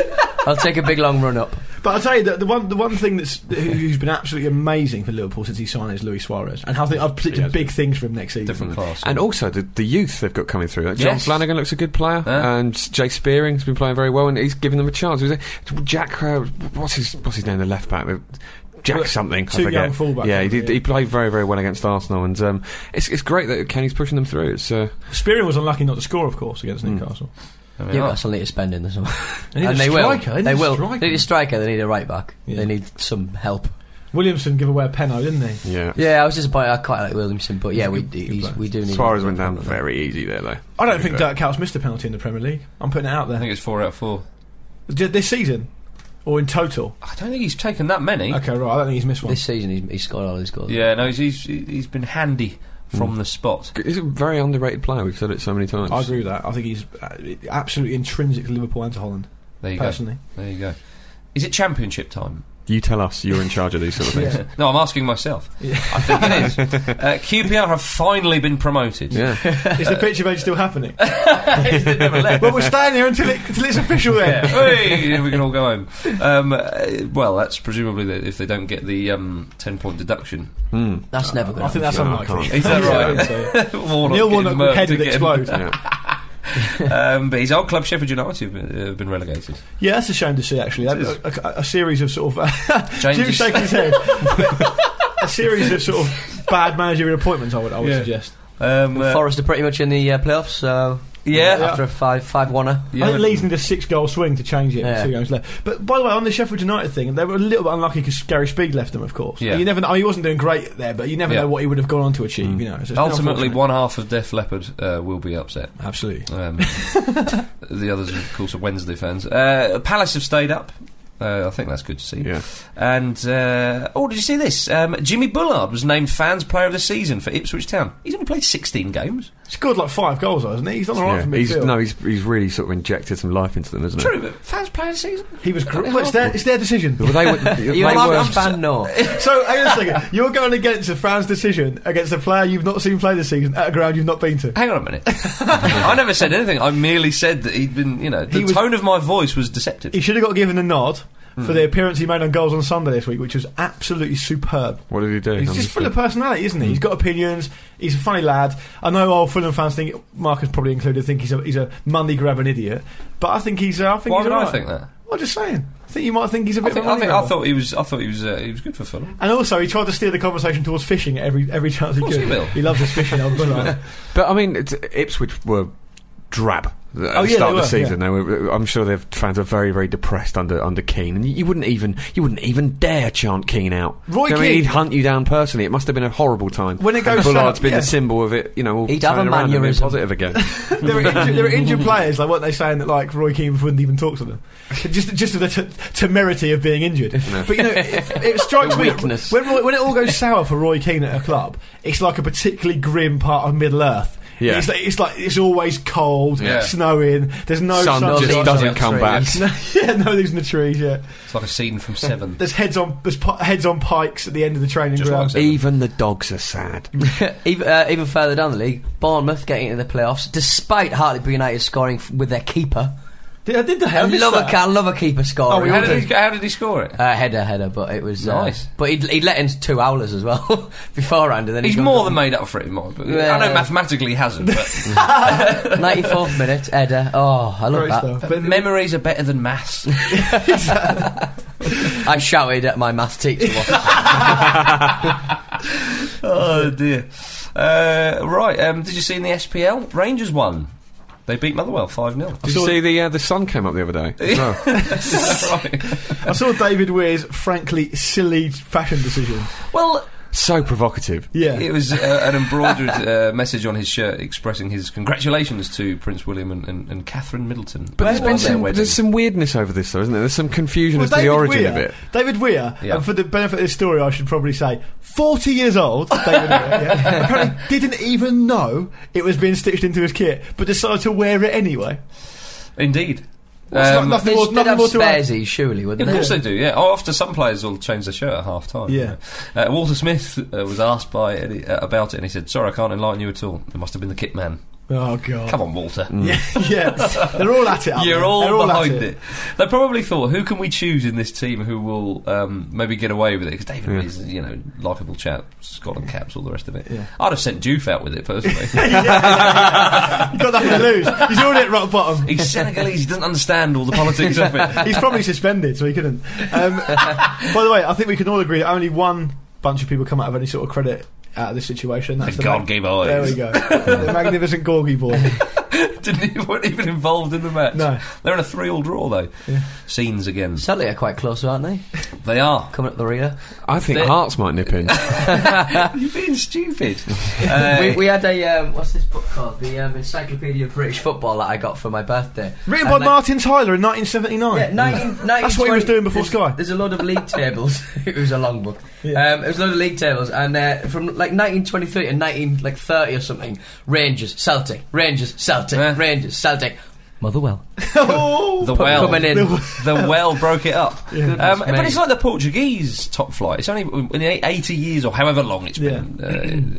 S5: I'll take a big long run up.
S4: but I'll tell you that the one the one thing that's who- who's been absolutely amazing for Liverpool since he signed is Luis Suarez, and I think I've predicted big things for him next season.
S3: Different class.
S6: And also the, the youth they've got coming through. Like John
S3: Yes.
S6: Flanagan looks a good player,
S3: Yeah.
S6: and Jay Spearing's been playing very well, and he's giving them a chance. Was it Jack? Uh, what's his What's his name? The left back. Jack
S4: Well,
S6: something. I
S4: two young
S6: forget.
S4: fullbacks,
S6: yeah, he
S4: haven't
S6: did.
S4: they?
S6: He played very very well against Arsenal, and um, it's it's great that Kenny's pushing them through. It's uh,
S4: Spearing was unlucky not to score, of course, against Newcastle.
S3: There we are.
S5: Newcastle need to spend in the summer.
S4: They need a
S5: and they
S4: striker,
S5: will.
S4: they
S5: They,
S4: need a
S5: will.
S4: striker.
S5: They need a striker. They need a right back.
S4: Yeah.
S5: They need some help.
S4: Williamson gave away a penalty, didn't he?
S6: yeah.
S5: Yeah, I was disappointed. I quite like Williamson, but yeah, we
S4: good- good
S5: he's,
S4: player.
S5: we do need.
S6: Suarez went down very easy there though.
S4: I don't think
S6: Very
S4: Dirk Coutts missed a penalty in the Premier League. I'm putting it out
S3: I
S4: there.
S3: think it's four out of four.
S4: J- This season, or in total.
S3: I don't think he's taken that many.
S4: Okay, right. I don't think he's missed one.
S5: This season, he's, he's scored all his goals.
S3: Yeah, no, he's, he's he's been handy from
S4: Mm.
S3: the spot.
S6: good. He's a very underrated player. We've said it so many times.
S4: I agree with that. I think he's uh, absolutely intrinsic to Liverpool and to Holland.
S3: There you
S4: Personally,
S3: go. There you go. Is it championship time?
S6: You tell us. You're in charge of these sort of things.
S3: No, I'm asking myself. I think it is. Uh, QPR have finally been promoted.
S6: Yeah.
S4: is the pitch event still happening?
S3: They've never left.
S4: well, we're staying here until, it, until it's official. Then
S3: Yeah. Hey, we can all go home. Um, uh, well, that's presumably that if they don't get the um, ten point deduction.
S6: Hmm.
S5: that's never
S4: I
S5: going
S4: think
S5: to.
S4: that's
S6: No, I
S4: unlikely.
S6: can't.
S3: Is that right?
S4: So-
S3: Warnock
S4: Neil
S3: getting
S4: Warnock
S3: murked
S4: head would
S3: again.
S4: explode.
S6: Yeah.
S3: Um, but his old club, Sheffield United, have been, uh, have been relegated.
S4: Yeah, that's a shame to see. Actually, That- a, a- a series of sort of
S3: James
S4: Jim's
S3: is-
S4: shaking his head. a series of sort of bad managerial appointments. I would, I would
S3: Yeah.
S4: suggest.
S3: Um, uh,
S5: Forest are pretty much in the uh, playoffs, so
S3: Yeah.
S5: after a five five one
S3: yeah,
S4: I think Leeds need a six goal swing to change it. with
S5: Yeah.
S4: Two games left. But by the way, on the Sheffield United thing, they were a little bit unlucky because Gary Speed left them, of course.
S3: Yeah.
S4: You never. know- I mean, he wasn't doing great there, but you never
S3: Yeah.
S4: know what he would have gone on to achieve. You know. So it's been
S3: ultimately,
S4: unfortunate.
S3: one half of Def Leppard uh, will be upset.
S4: Absolutely.
S3: Um, the others, of course, are Wednesday fans. Uh, Palace have stayed up. Uh, I think that's good to see.
S6: Yeah.
S3: And uh, oh, did you see this? Um, Jimmy Bullard was named Fans Player of the Season for Ipswich Town. He's only played 16 games.
S4: Scored like five goals, though, hasn't he? He's done alright
S6: Yeah,
S4: for
S6: he's,
S4: midfield.
S6: no, he's, he's really sort of injected some life into them, isn't
S3: True, but Fans Player of the Season.
S4: he was. Gr- well, it's, their, it's their decision.
S6: it? Well, they were,
S5: Are
S6: they
S5: you an
S6: were-
S5: Ipswich fan? No.
S4: so hang on a second. You're going against a France decision against a player you've not seen play this season at a ground you've not been to.
S3: Hang on a minute. I never said anything. I merely said that he'd been, you know, the
S4: He was-
S3: tone of my voice was deceptive.
S4: He should have got given a nod
S3: Hmm.
S4: for the appearance he made on goals on Sunday this week, which was absolutely superb.
S6: What did he do?
S4: He's
S6: I'm
S4: just
S6: just-
S4: full of personality, isn't
S3: Hmm.
S4: he? He's got opinions. He's a funny lad. I know all Fulham fans think Marcus probably included think he's a he's a money grabbing idiot, but I think he's. Uh, I think
S3: Why
S4: he's
S3: would I
S4: alright.
S3: think that?
S4: I'm just saying. I think you might think he's a
S3: I
S4: bit.
S3: think,
S4: of a
S3: I,
S4: money
S3: think, I
S4: grabber.
S3: thought he was. I thought he was. Uh, he was good for Fulham.
S4: And also, he tried to steer the conversation towards fishing at every every chance he
S3: course
S4: could.
S3: he will.
S4: loves his fishing. old Bullard.
S6: But I mean, it's, Ipswich were drab. At the
S4: Oh,
S6: start
S4: yeah, they
S6: of the
S4: were,
S6: season, they were, I'm sure their fans are very, very depressed under under Keane, and you, you wouldn't even you wouldn't even dare chant Keane out.
S4: Roy
S6: You know what I mean?
S4: Keane-
S6: he'd hunt you down personally. It must have been a horrible time.
S4: When it
S6: and
S4: goes
S6: Bullard's
S4: south,
S6: been
S4: yeah.
S6: the symbol of it. You know, all
S5: He'd have
S6: turning
S5: a
S6: around and being
S5: mannerism.
S6: positive again.
S4: there, were injured, there were injured players like what they saying that like Roy Keane wouldn't even talk to them, just just of the t- temerity of being injured. But you know, it, it strikes
S5: The
S4: me
S5: weakness.
S4: when Roy, when it all goes sour for Roy Keane at a club, it's like a particularly grim part of Middle Earth.
S6: Yeah.
S4: It's, like, it's like it's always cold,
S3: Yeah.
S4: snowing. There's no
S6: Sun
S4: sunshine.
S6: just doesn't come back.
S4: No, yeah, no leaves in the trees. Yeah,
S3: It's like a scene from Seven.
S4: there's heads on there's pi- heads on pikes at the end of the training
S3: Just
S4: ground.
S3: like
S6: even the dogs are sad.
S5: even, uh, even further down the league, Bournemouth getting into the playoffs despite Hartlepool United scoring f- with their keeper.
S4: did, I did the
S5: I
S4: hell.
S5: love a, I love a keeper
S4: Oh, we
S5: scoring.
S4: all
S3: how, did he, how did he score it?
S5: uh, header, header, but it was uh,
S3: Nice.
S5: But he'd, he'd let in two howlers as well beforehand, and then
S3: He's
S5: he'd gone
S3: more
S5: to
S3: than made up for it, in my opinion.
S5: Yeah.
S3: I know mathematically he hasn't, but
S5: 94th minute header. Oh, I love
S4: Great
S5: that.
S4: stuff.
S3: but memories are better than maths.
S5: I shouted at my math teacher. once.
S3: oh dear. Uh, right, um, did you see in the SPL? Rangers won. They beat Motherwell 5 0.
S6: Did you see the uh, the sun came up the other day? as well?
S4: I saw David Weir's frankly silly fashion decision.
S3: Well,
S6: so provocative.
S4: Yeah,
S3: it was uh, an embroidered uh, message on his shirt expressing his congratulations to Prince William and, and, and Catherine Middleton.
S6: But there's
S3: Well,
S6: been
S3: their
S6: some,
S3: wedding.
S6: there's some weirdness over this, though, isn't there? There's some confusion as to the origin
S4: Weir,
S6: of it.
S4: David Weir,
S3: Yeah.
S4: and for the benefit of this story, I should probably say, 40 years old, David Weir, yeah, apparently didn't even know it was being stitched into his kit, but decided to wear it anyway.
S3: Indeed.
S4: It's like
S3: Um,
S4: nothing
S5: They
S4: more,
S5: should
S4: nothing
S5: have
S4: more to add.
S5: Sparezy, surely,
S3: Of
S5: wouldn't
S3: course
S5: they?
S3: they do, yeah. Oh, after some players will change their shirt at half time. you
S4: Yeah.
S3: know. Uh, Walter Smith uh, was asked by Eddie, uh, about it, and he said, "Sorry, I can't enlighten you at all. It must have been the kit man.
S4: Oh, God.
S3: Come on, Walter.
S4: Yeah, yeah, they're all at it. aren't
S3: You're
S4: they?
S3: all,
S4: They're all at
S3: behind it. They probably thought, who can we choose in this team who will um, maybe get away with it? Because David is, you know, likable chap, Scotland caps, all the rest of it.
S4: Yeah.
S3: I'd have sent Doof out with it personally.
S4: Yeah, yeah. You've got nothing to lose. He's already at rock bottom.
S3: He's Senegalese. He doesn't understand all the politics of it.
S4: He's probably suspended, so he couldn't. Um, by the way, I think we can all agree that only one bunch of people come out of any sort of credit out of this situation.
S3: Thank
S4: That's the
S3: God,
S4: mag-
S3: gay boys.
S4: There we go. the magnificent Gorgie boy.
S3: Didn't he, weren't even involved in the match.
S4: No.
S3: They're in a three-all draw though. Scenes again.
S5: Sadly, they're quite close, aren't they?
S3: They are.
S5: Coming up the rear.
S6: I think
S3: They-
S6: Hearts might nip in.
S3: You're being stupid. Uh,
S5: we, we had a um, what's this book called? The um, Encyclopedia of British Football that I got for my birthday.
S4: Written
S5: And
S4: by
S5: they-
S4: Martin Tyler in 1979.
S5: Yeah, 19,
S4: That's what he
S5: 1920
S4: was doing before
S5: there's,
S4: Sky.
S5: There's a load of league tables. it was a long book.
S4: Yeah.
S5: Um, it was a load of league tables, and uh, from like 1923 and 19 like 30 or something. Rangers, Celtic, Rangers, Celtic,
S3: Yeah.
S5: Rangers, Celtic. Motherwell
S4: Oh.
S3: the well,
S5: coming in.
S3: the well broke it up. Um, but
S5: me.
S3: it's like the Portuguese top flight. It's only in the eight- 80 years or however long it's been. Uh,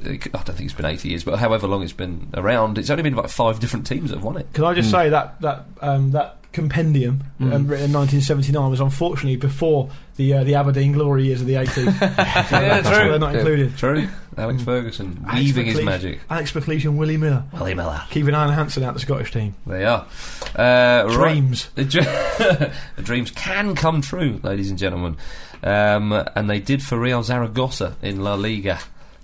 S3: it- I don't think it's been 80 years, but however long it's been around, it's only been about five different teams that have won it.
S4: Can I just say that that um, that compendium
S3: Mm.
S4: um, written in 1979 was unfortunately before the uh, the Aberdeen glory years of the 80s.
S3: yeah,
S4: That's why they're not included.
S3: True. Mm. Alex Ferguson
S4: Alex
S3: weaving his
S4: McLeish-
S3: magic.
S4: Alex McLeish and Willie Miller.
S3: Well, email out.
S4: Keeping Alan Hansen out the Scottish team.
S3: They are. Uh, right.
S4: Dreams.
S3: The, dr- the dreams can come true, ladies and gentlemen. Um, and they did for Real Zaragoza in La Liga.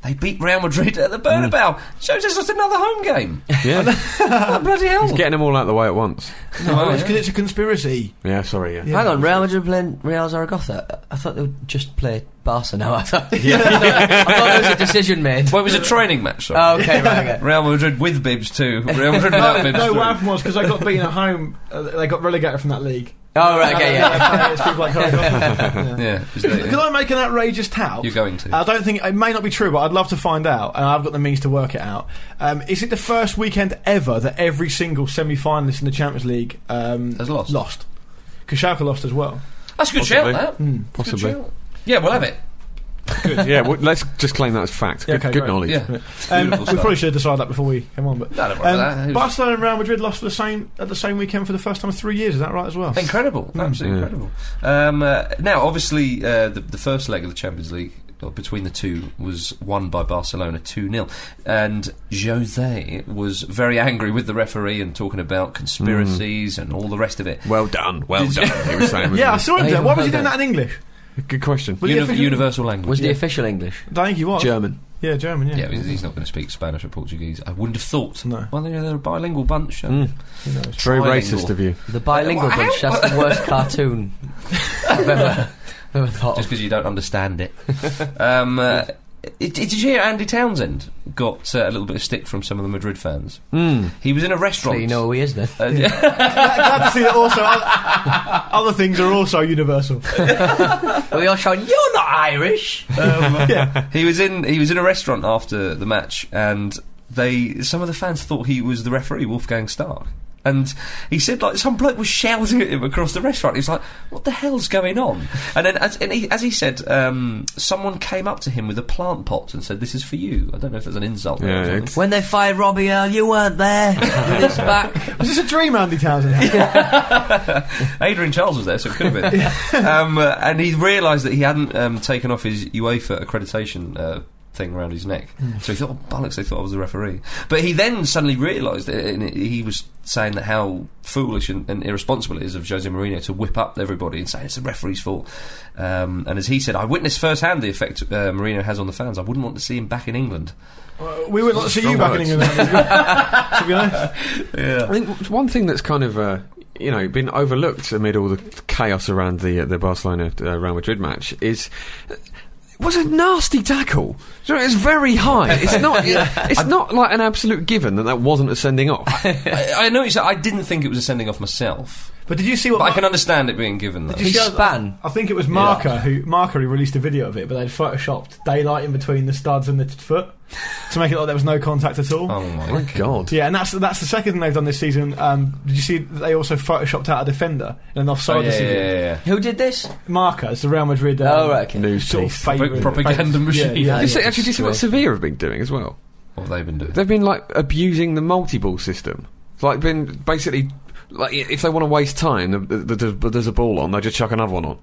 S3: They beat Real Madrid at the Bernabeu. Shows us just another home game.
S6: Yeah.
S3: Oh,
S4: Um,
S3: bloody hell!
S6: Getting them all out of the way at once.
S3: Oh,
S4: No, it's because it's a conspiracy.
S6: Yeah, sorry, yeah.
S5: Hang on, Real Madrid playing Real Zaragoza. I thought they would just play Barca now. I thought, I thought there was a decision made.
S3: Well, it was a training match. Sorry.
S5: Oh, okay, right. Okay.
S3: Real Madrid with bibs too. Real Madrid without
S4: No,
S3: bibs.
S4: no,
S3: too.
S4: what happened was because I got beaten at home. Uh, they got relegated from that league.
S5: Oh, right. Okay, yeah.
S4: It's people like Harry Goff. Yeah.
S3: yeah, is that-
S4: Can I make an outrageous tout?
S3: You're going to.
S4: I don't think it may not be true, but I'd love to find out, and I've got the means to work it out. Um, is it the first weekend ever that every single semi-finalist in the Champions League um,
S3: Has lost.
S4: Lost because Schalke lost as well.
S3: That's a good
S6: Possibly.
S3: shout. That
S6: Possibly.
S3: yeah, we'll have it.
S6: yeah, well, let's just claim that as fact.
S4: Yeah,
S6: Good,
S4: okay,
S6: good
S4: great.
S6: knowledge.
S3: Yeah,
S4: Um, we
S3: Beautiful stuff.
S4: probably Um, should have decided that before we came on, but
S3: No, don't worry about that. It was-
S4: Barcelona and Real Madrid lost for the same at the same weekend for the first time in three years. Is that right as well?
S3: Incredible,
S4: Hmm,
S3: absolutely
S6: Yeah.
S3: incredible. Um, uh, now, obviously, uh, the, the first leg of the Champions League or between the two was won by Barcelona 2 0. And Jose was very angry with the referee and talking about conspiracies and all the rest of it.
S6: Well done, well
S3: Did you-
S6: done. He was saying,
S4: Yeah, I saw
S3: Oh,
S4: him.
S5: I
S4: there. Why was he
S5: heard
S4: doing
S5: that.
S4: that in English?
S6: Good question.
S4: Well,
S3: Uni-
S4: yeah, for-
S3: universal language.
S5: Was the official English?
S4: I think he was
S6: German.
S4: Yeah, German. Yeah,
S3: yeah, he's he's not going to speak Spanish or Portuguese. I wouldn't have thought.
S4: No.
S3: Well, they're, they're a bilingual bunch. aren't
S6: Mm.
S4: Who knows?
S6: Very
S3: Trilingual.
S6: racist of you.
S5: The bilingual
S3: Wow.
S5: bunch. That's the worst cartoon I've ever, ever thought
S3: they? Just
S5: of.
S3: because you don't understand it. um, uh, it- did you hear Andy Townsend got uh, a little bit of stick from some of the Madrid fans?
S6: Mm.
S3: He was in a restaurant.
S5: So you know who he is then.
S3: Uh,
S4: Glad to see that also oth- other things are also universal.
S5: we all shouting, "You're not Irish!"
S4: yeah.
S3: Um, He was in he was in a restaurant after the match, and they some of the fans thought he was the referee Wolfgang Stark. And he said, like, some bloke was shouting at him across the restaurant. He was like, what the hell's going on? And then, as, and he, as he said, um, someone came up to him with a plant pot and said, this is for you. I don't know if that's an insult. or
S6: Yeah,
S3: something.
S6: it's-
S5: When they fired Robbie Earl, you weren't there. This back.
S4: Was this a dream, Andy Townsend?
S3: Adrian Charles was there, so it could have been. um, uh, and he realised that he hadn't um, taken off his UEFA accreditation uh, thing around his neck. So he thought, oh, bollocks, they thought I was the referee. But he then suddenly realised it, and it- he was saying that how foolish and, and irresponsible it is of Jose Mourinho to whip up everybody and say it's the referee's fault. Um, and as he said, I witnessed firsthand the effect uh, Mourinho has on the fans. I wouldn't want to see him back in England.
S4: Uh, we would not see you
S6: Strong
S4: back in
S6: words.
S4: England. to be honest.
S6: I think w- one thing that's kind of uh, you know been overlooked amid all the chaos around the uh, the Barcelona uh, Real Madrid match is. It was a nasty tackle. So It's very high. It's not. It's not like an absolute given that that wasn't a sending off.
S3: I, I know it's, I didn't think it was a sending off myself,
S4: But did you see what?
S3: but I
S4: Mar-
S3: can understand it being given. Though.
S4: did you
S5: He
S4: see how-
S5: span.
S4: I think it was Marker who Marker who released a video of it, but they'd photoshopped daylight in between the studs and the t- foot to make it look there was no contact at all.
S3: Oh my
S6: My God.
S4: Yeah, and that's that's the second thing they've done this season. Um, did you see that they also photoshopped out a defender in an offside
S3: Oh, yeah,
S4: decision?
S3: yeah, yeah, yeah.
S5: Who did this?
S4: Marker, it's the Real Madrid. Um,
S5: Oh, right, okay.
S6: News
S4: Sort of
S6: piece.
S4: favourite-
S3: propaganda machine.
S4: Yeah, yeah,
S6: You see-
S4: yeah.
S6: actually, do you see what Sevilla have been doing as well?
S3: What have they been doing?
S6: They've been like abusing the multi-ball system. It's like been basically like i- if they want to waste time, th th th- th- there's a ball on, they just chuck another one on.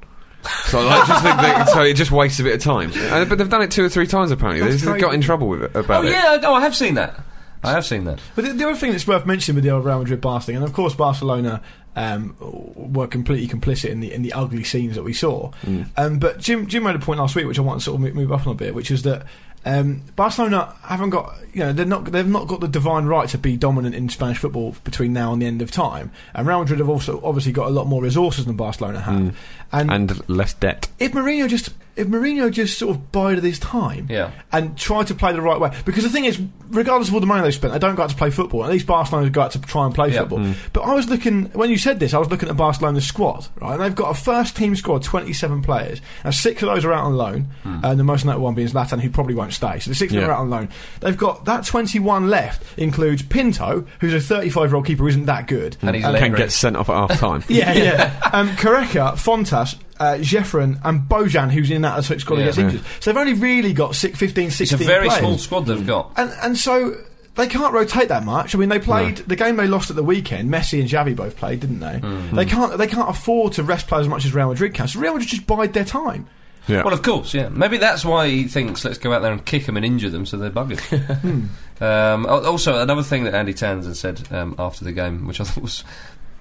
S6: So like, just think that, so it just wastes a bit of time. And, but they've done it two or three times apparently.
S4: That's
S6: They've got
S4: crazy.
S6: in trouble with it
S3: Oh
S6: about it.
S3: yeah, oh, I have seen that. I have seen that.
S4: But the, the other thing that's worth mentioning with the old Real Madrid Barca thing, and of course Barcelona um, were completely complicit in the in the ugly scenes that we saw. Um, but Jim Jim made a point last week, which I want to sort of mo- move up on a bit, which is that um, Barcelona haven't got you know they're not they've not got the divine right to be dominant in Spanish football between now and the end of time. And Real Madrid have also obviously got a lot more resources than Barcelona have. And,
S6: And less debt.
S4: if Mourinho just if Mourinho just sort of bided his time,
S3: Yeah.
S4: and tried to play the right way, because the thing is, regardless of all the money they spent, they don't go out to play football. At least Barcelona go out to try and play
S3: Yeah. Mm.
S4: football. But I was looking when you said this, I was looking at Barcelona's squad, right? And they've got a first team squad, twenty seven players, and six of those are out on loan,
S3: Hmm.
S4: and the most notable one being Zlatan, who probably won't stay. So the six that
S6: Yeah.
S4: are out on loan. They've got that twenty one left includes Pinto, who's a thirty five year old keeper, who isn't that good,
S3: Hmm. And he's
S6: Can
S3: lettering.
S6: get sent off at half time.
S4: yeah, yeah. Um, Careca, Fontas, uh, Jeffren, and Bojan, who's in that six squad who
S3: Yeah.
S4: gets injured. So they've only really got six, 15, 16
S3: It's a very
S4: players.
S3: small squad they've got.
S4: And, and so they can't rotate that much. I mean, they played the game they lost at the weekend. Messi and Xavi both played, didn't they?
S3: Mm.
S4: They can't. They can't afford to rest players as much as Real Madrid can. So Real Madrid just bide their time.
S6: Yeah.
S3: Well, of course, yeah. Maybe that's why he thinks let's go out there and kick them and injure them so they're buggered. Hmm. um, al- also, another thing that Andy Townsend said um, after the game, which I thought was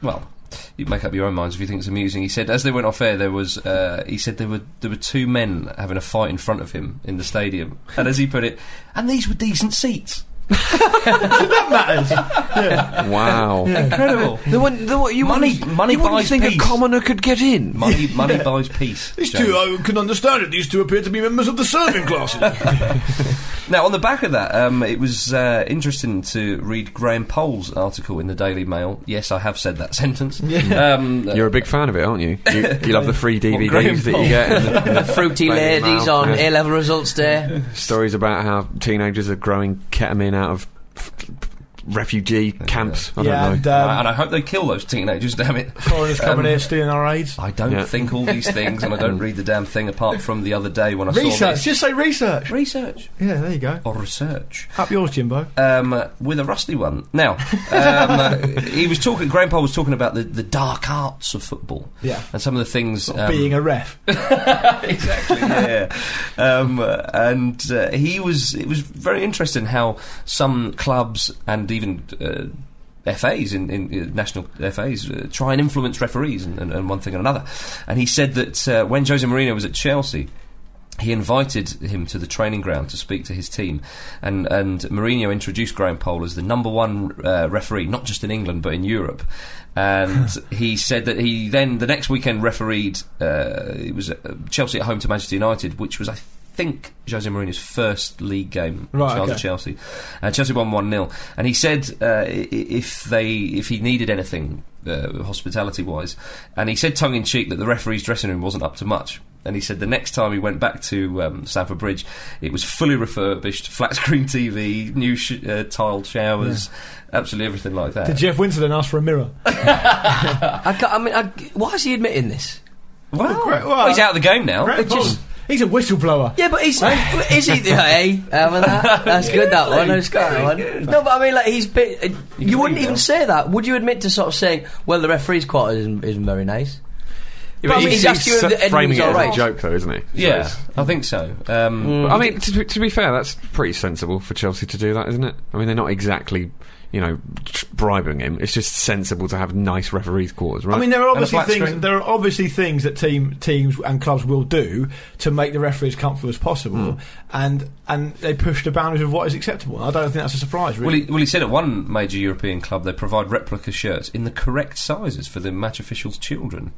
S3: well you make up your own minds if you think it's amusing. He said as they went off air, there was uh, he said there were there were two men having a fight in front of him in the stadium, and as he put it, and these were decent seats.
S6: Wow.
S3: Incredible.
S6: The one, the one, you
S3: Money-
S6: wouldn't-
S3: money
S6: you wouldn't
S3: buys
S6: think
S3: peace.
S6: a commoner could get in.
S3: Money, money buys peace.
S4: These
S3: James.
S4: two, I can understand it. These two appear to be members of the serving classes.
S3: Now, on the back of that, um, it was uh, interesting to read Graham Pole's article in the Daily Mail. Yes, I have said that sentence. Um,
S6: You're a big fan of it, aren't you? You, you love the free DVDs
S3: Graham
S6: that
S3: Paul.
S6: you get. and the-
S5: The fruity
S6: Made it
S5: ladies
S6: now.
S5: on A
S6: Yeah.
S5: level results day.
S6: Stories about how teenagers are growing ketamine out of f- refugee camps. I don't
S4: yeah,
S6: know.
S4: and
S3: uh, and
S4: um,
S3: I hope they kill those teenagers, damn it.
S4: foreigners coming
S3: Um,
S4: here stealing our aids.
S3: I don't
S6: Yeah.
S3: think all these things, and I don't read the damn thing apart from the other day when I saw
S4: Research.
S3: this.
S4: Just say research.
S3: Research.
S4: Yeah, there you go.
S3: Or research.
S4: Up yours, Jimbo.
S3: um, with a rusty one. Now, um, uh, he was talking. Graham Paul was talking about the, the dark arts of football.
S4: Yeah.
S3: and some of the things um,
S4: Being a ref.
S3: exactly. Yeah, um, uh, and uh, he was. It was very interesting how some clubs and even. Uh, FAs in, in uh, national FAs uh, try and influence referees and, and, and one thing and another. And he said that uh, when Jose Mourinho was at Chelsea, he invited him to the training ground to speak to his team, and and Mourinho introduced Graham Pole as the number one uh, referee, not just in England but in Europe. And he said that he then the next weekend refereed uh, it was uh, Chelsea at home to Manchester United, which was I think Jose Mourinho's first league game
S4: Right,
S3: after
S4: okay.
S3: Chelsea. Uh, Chelsea won one 0 and he said uh, i- i- if they if he needed anything uh, hospitality wise, and he said tongue in cheek that the referee's dressing room wasn't up to much. And he said the next time he went back to um, Stamford Bridge, it was fully refurbished, flat screen TV, new sh- uh, tiled showers, absolutely everything like that.
S4: Did Jeff Winston then ask for a mirror?
S5: I, ca- I mean, I, why is he admitting this?
S3: Well,
S4: Great- well,
S3: well, he's out Oh, of the game now.
S4: Graham
S5: It just-
S4: Paul. He's a whistleblower.
S5: Yeah, but he's is he? Hey, having that? That's good. That one. That's good. That one. No, but I mean, like he's been. Uh, you wouldn't
S3: leave
S5: even
S3: now.
S5: say that. Would you admit to sort of saying, "Well, the referee's quarter isn't, isn't very nice"?
S6: Yeah, but
S5: I mean, he's asking if
S6: su-
S5: the Edmund's
S6: framing it
S5: alright.
S6: as a joke, though, isn't he? So
S3: Yeah,
S6: it's-
S3: I think so. Um,
S6: I mean, to, to be fair, that's pretty sensible for Chelsea to do that, isn't it? I mean, they're not exactly, you know, tr- bribing him. It's just sensible to have nice referees' quarters, right?
S4: I mean, there are
S3: And a
S4: obviously
S3: flat
S4: things.
S3: screen.
S4: There are obviously things that team teams and clubs will do to make the referee as comfortable as possible,
S3: Hmm.
S4: and and they push the boundaries of what is acceptable. I don't think that's a surprise,
S3: well,
S4: really.
S3: he, well, he said at one major European club they provide replica shirts in the correct sizes for the match officials' children.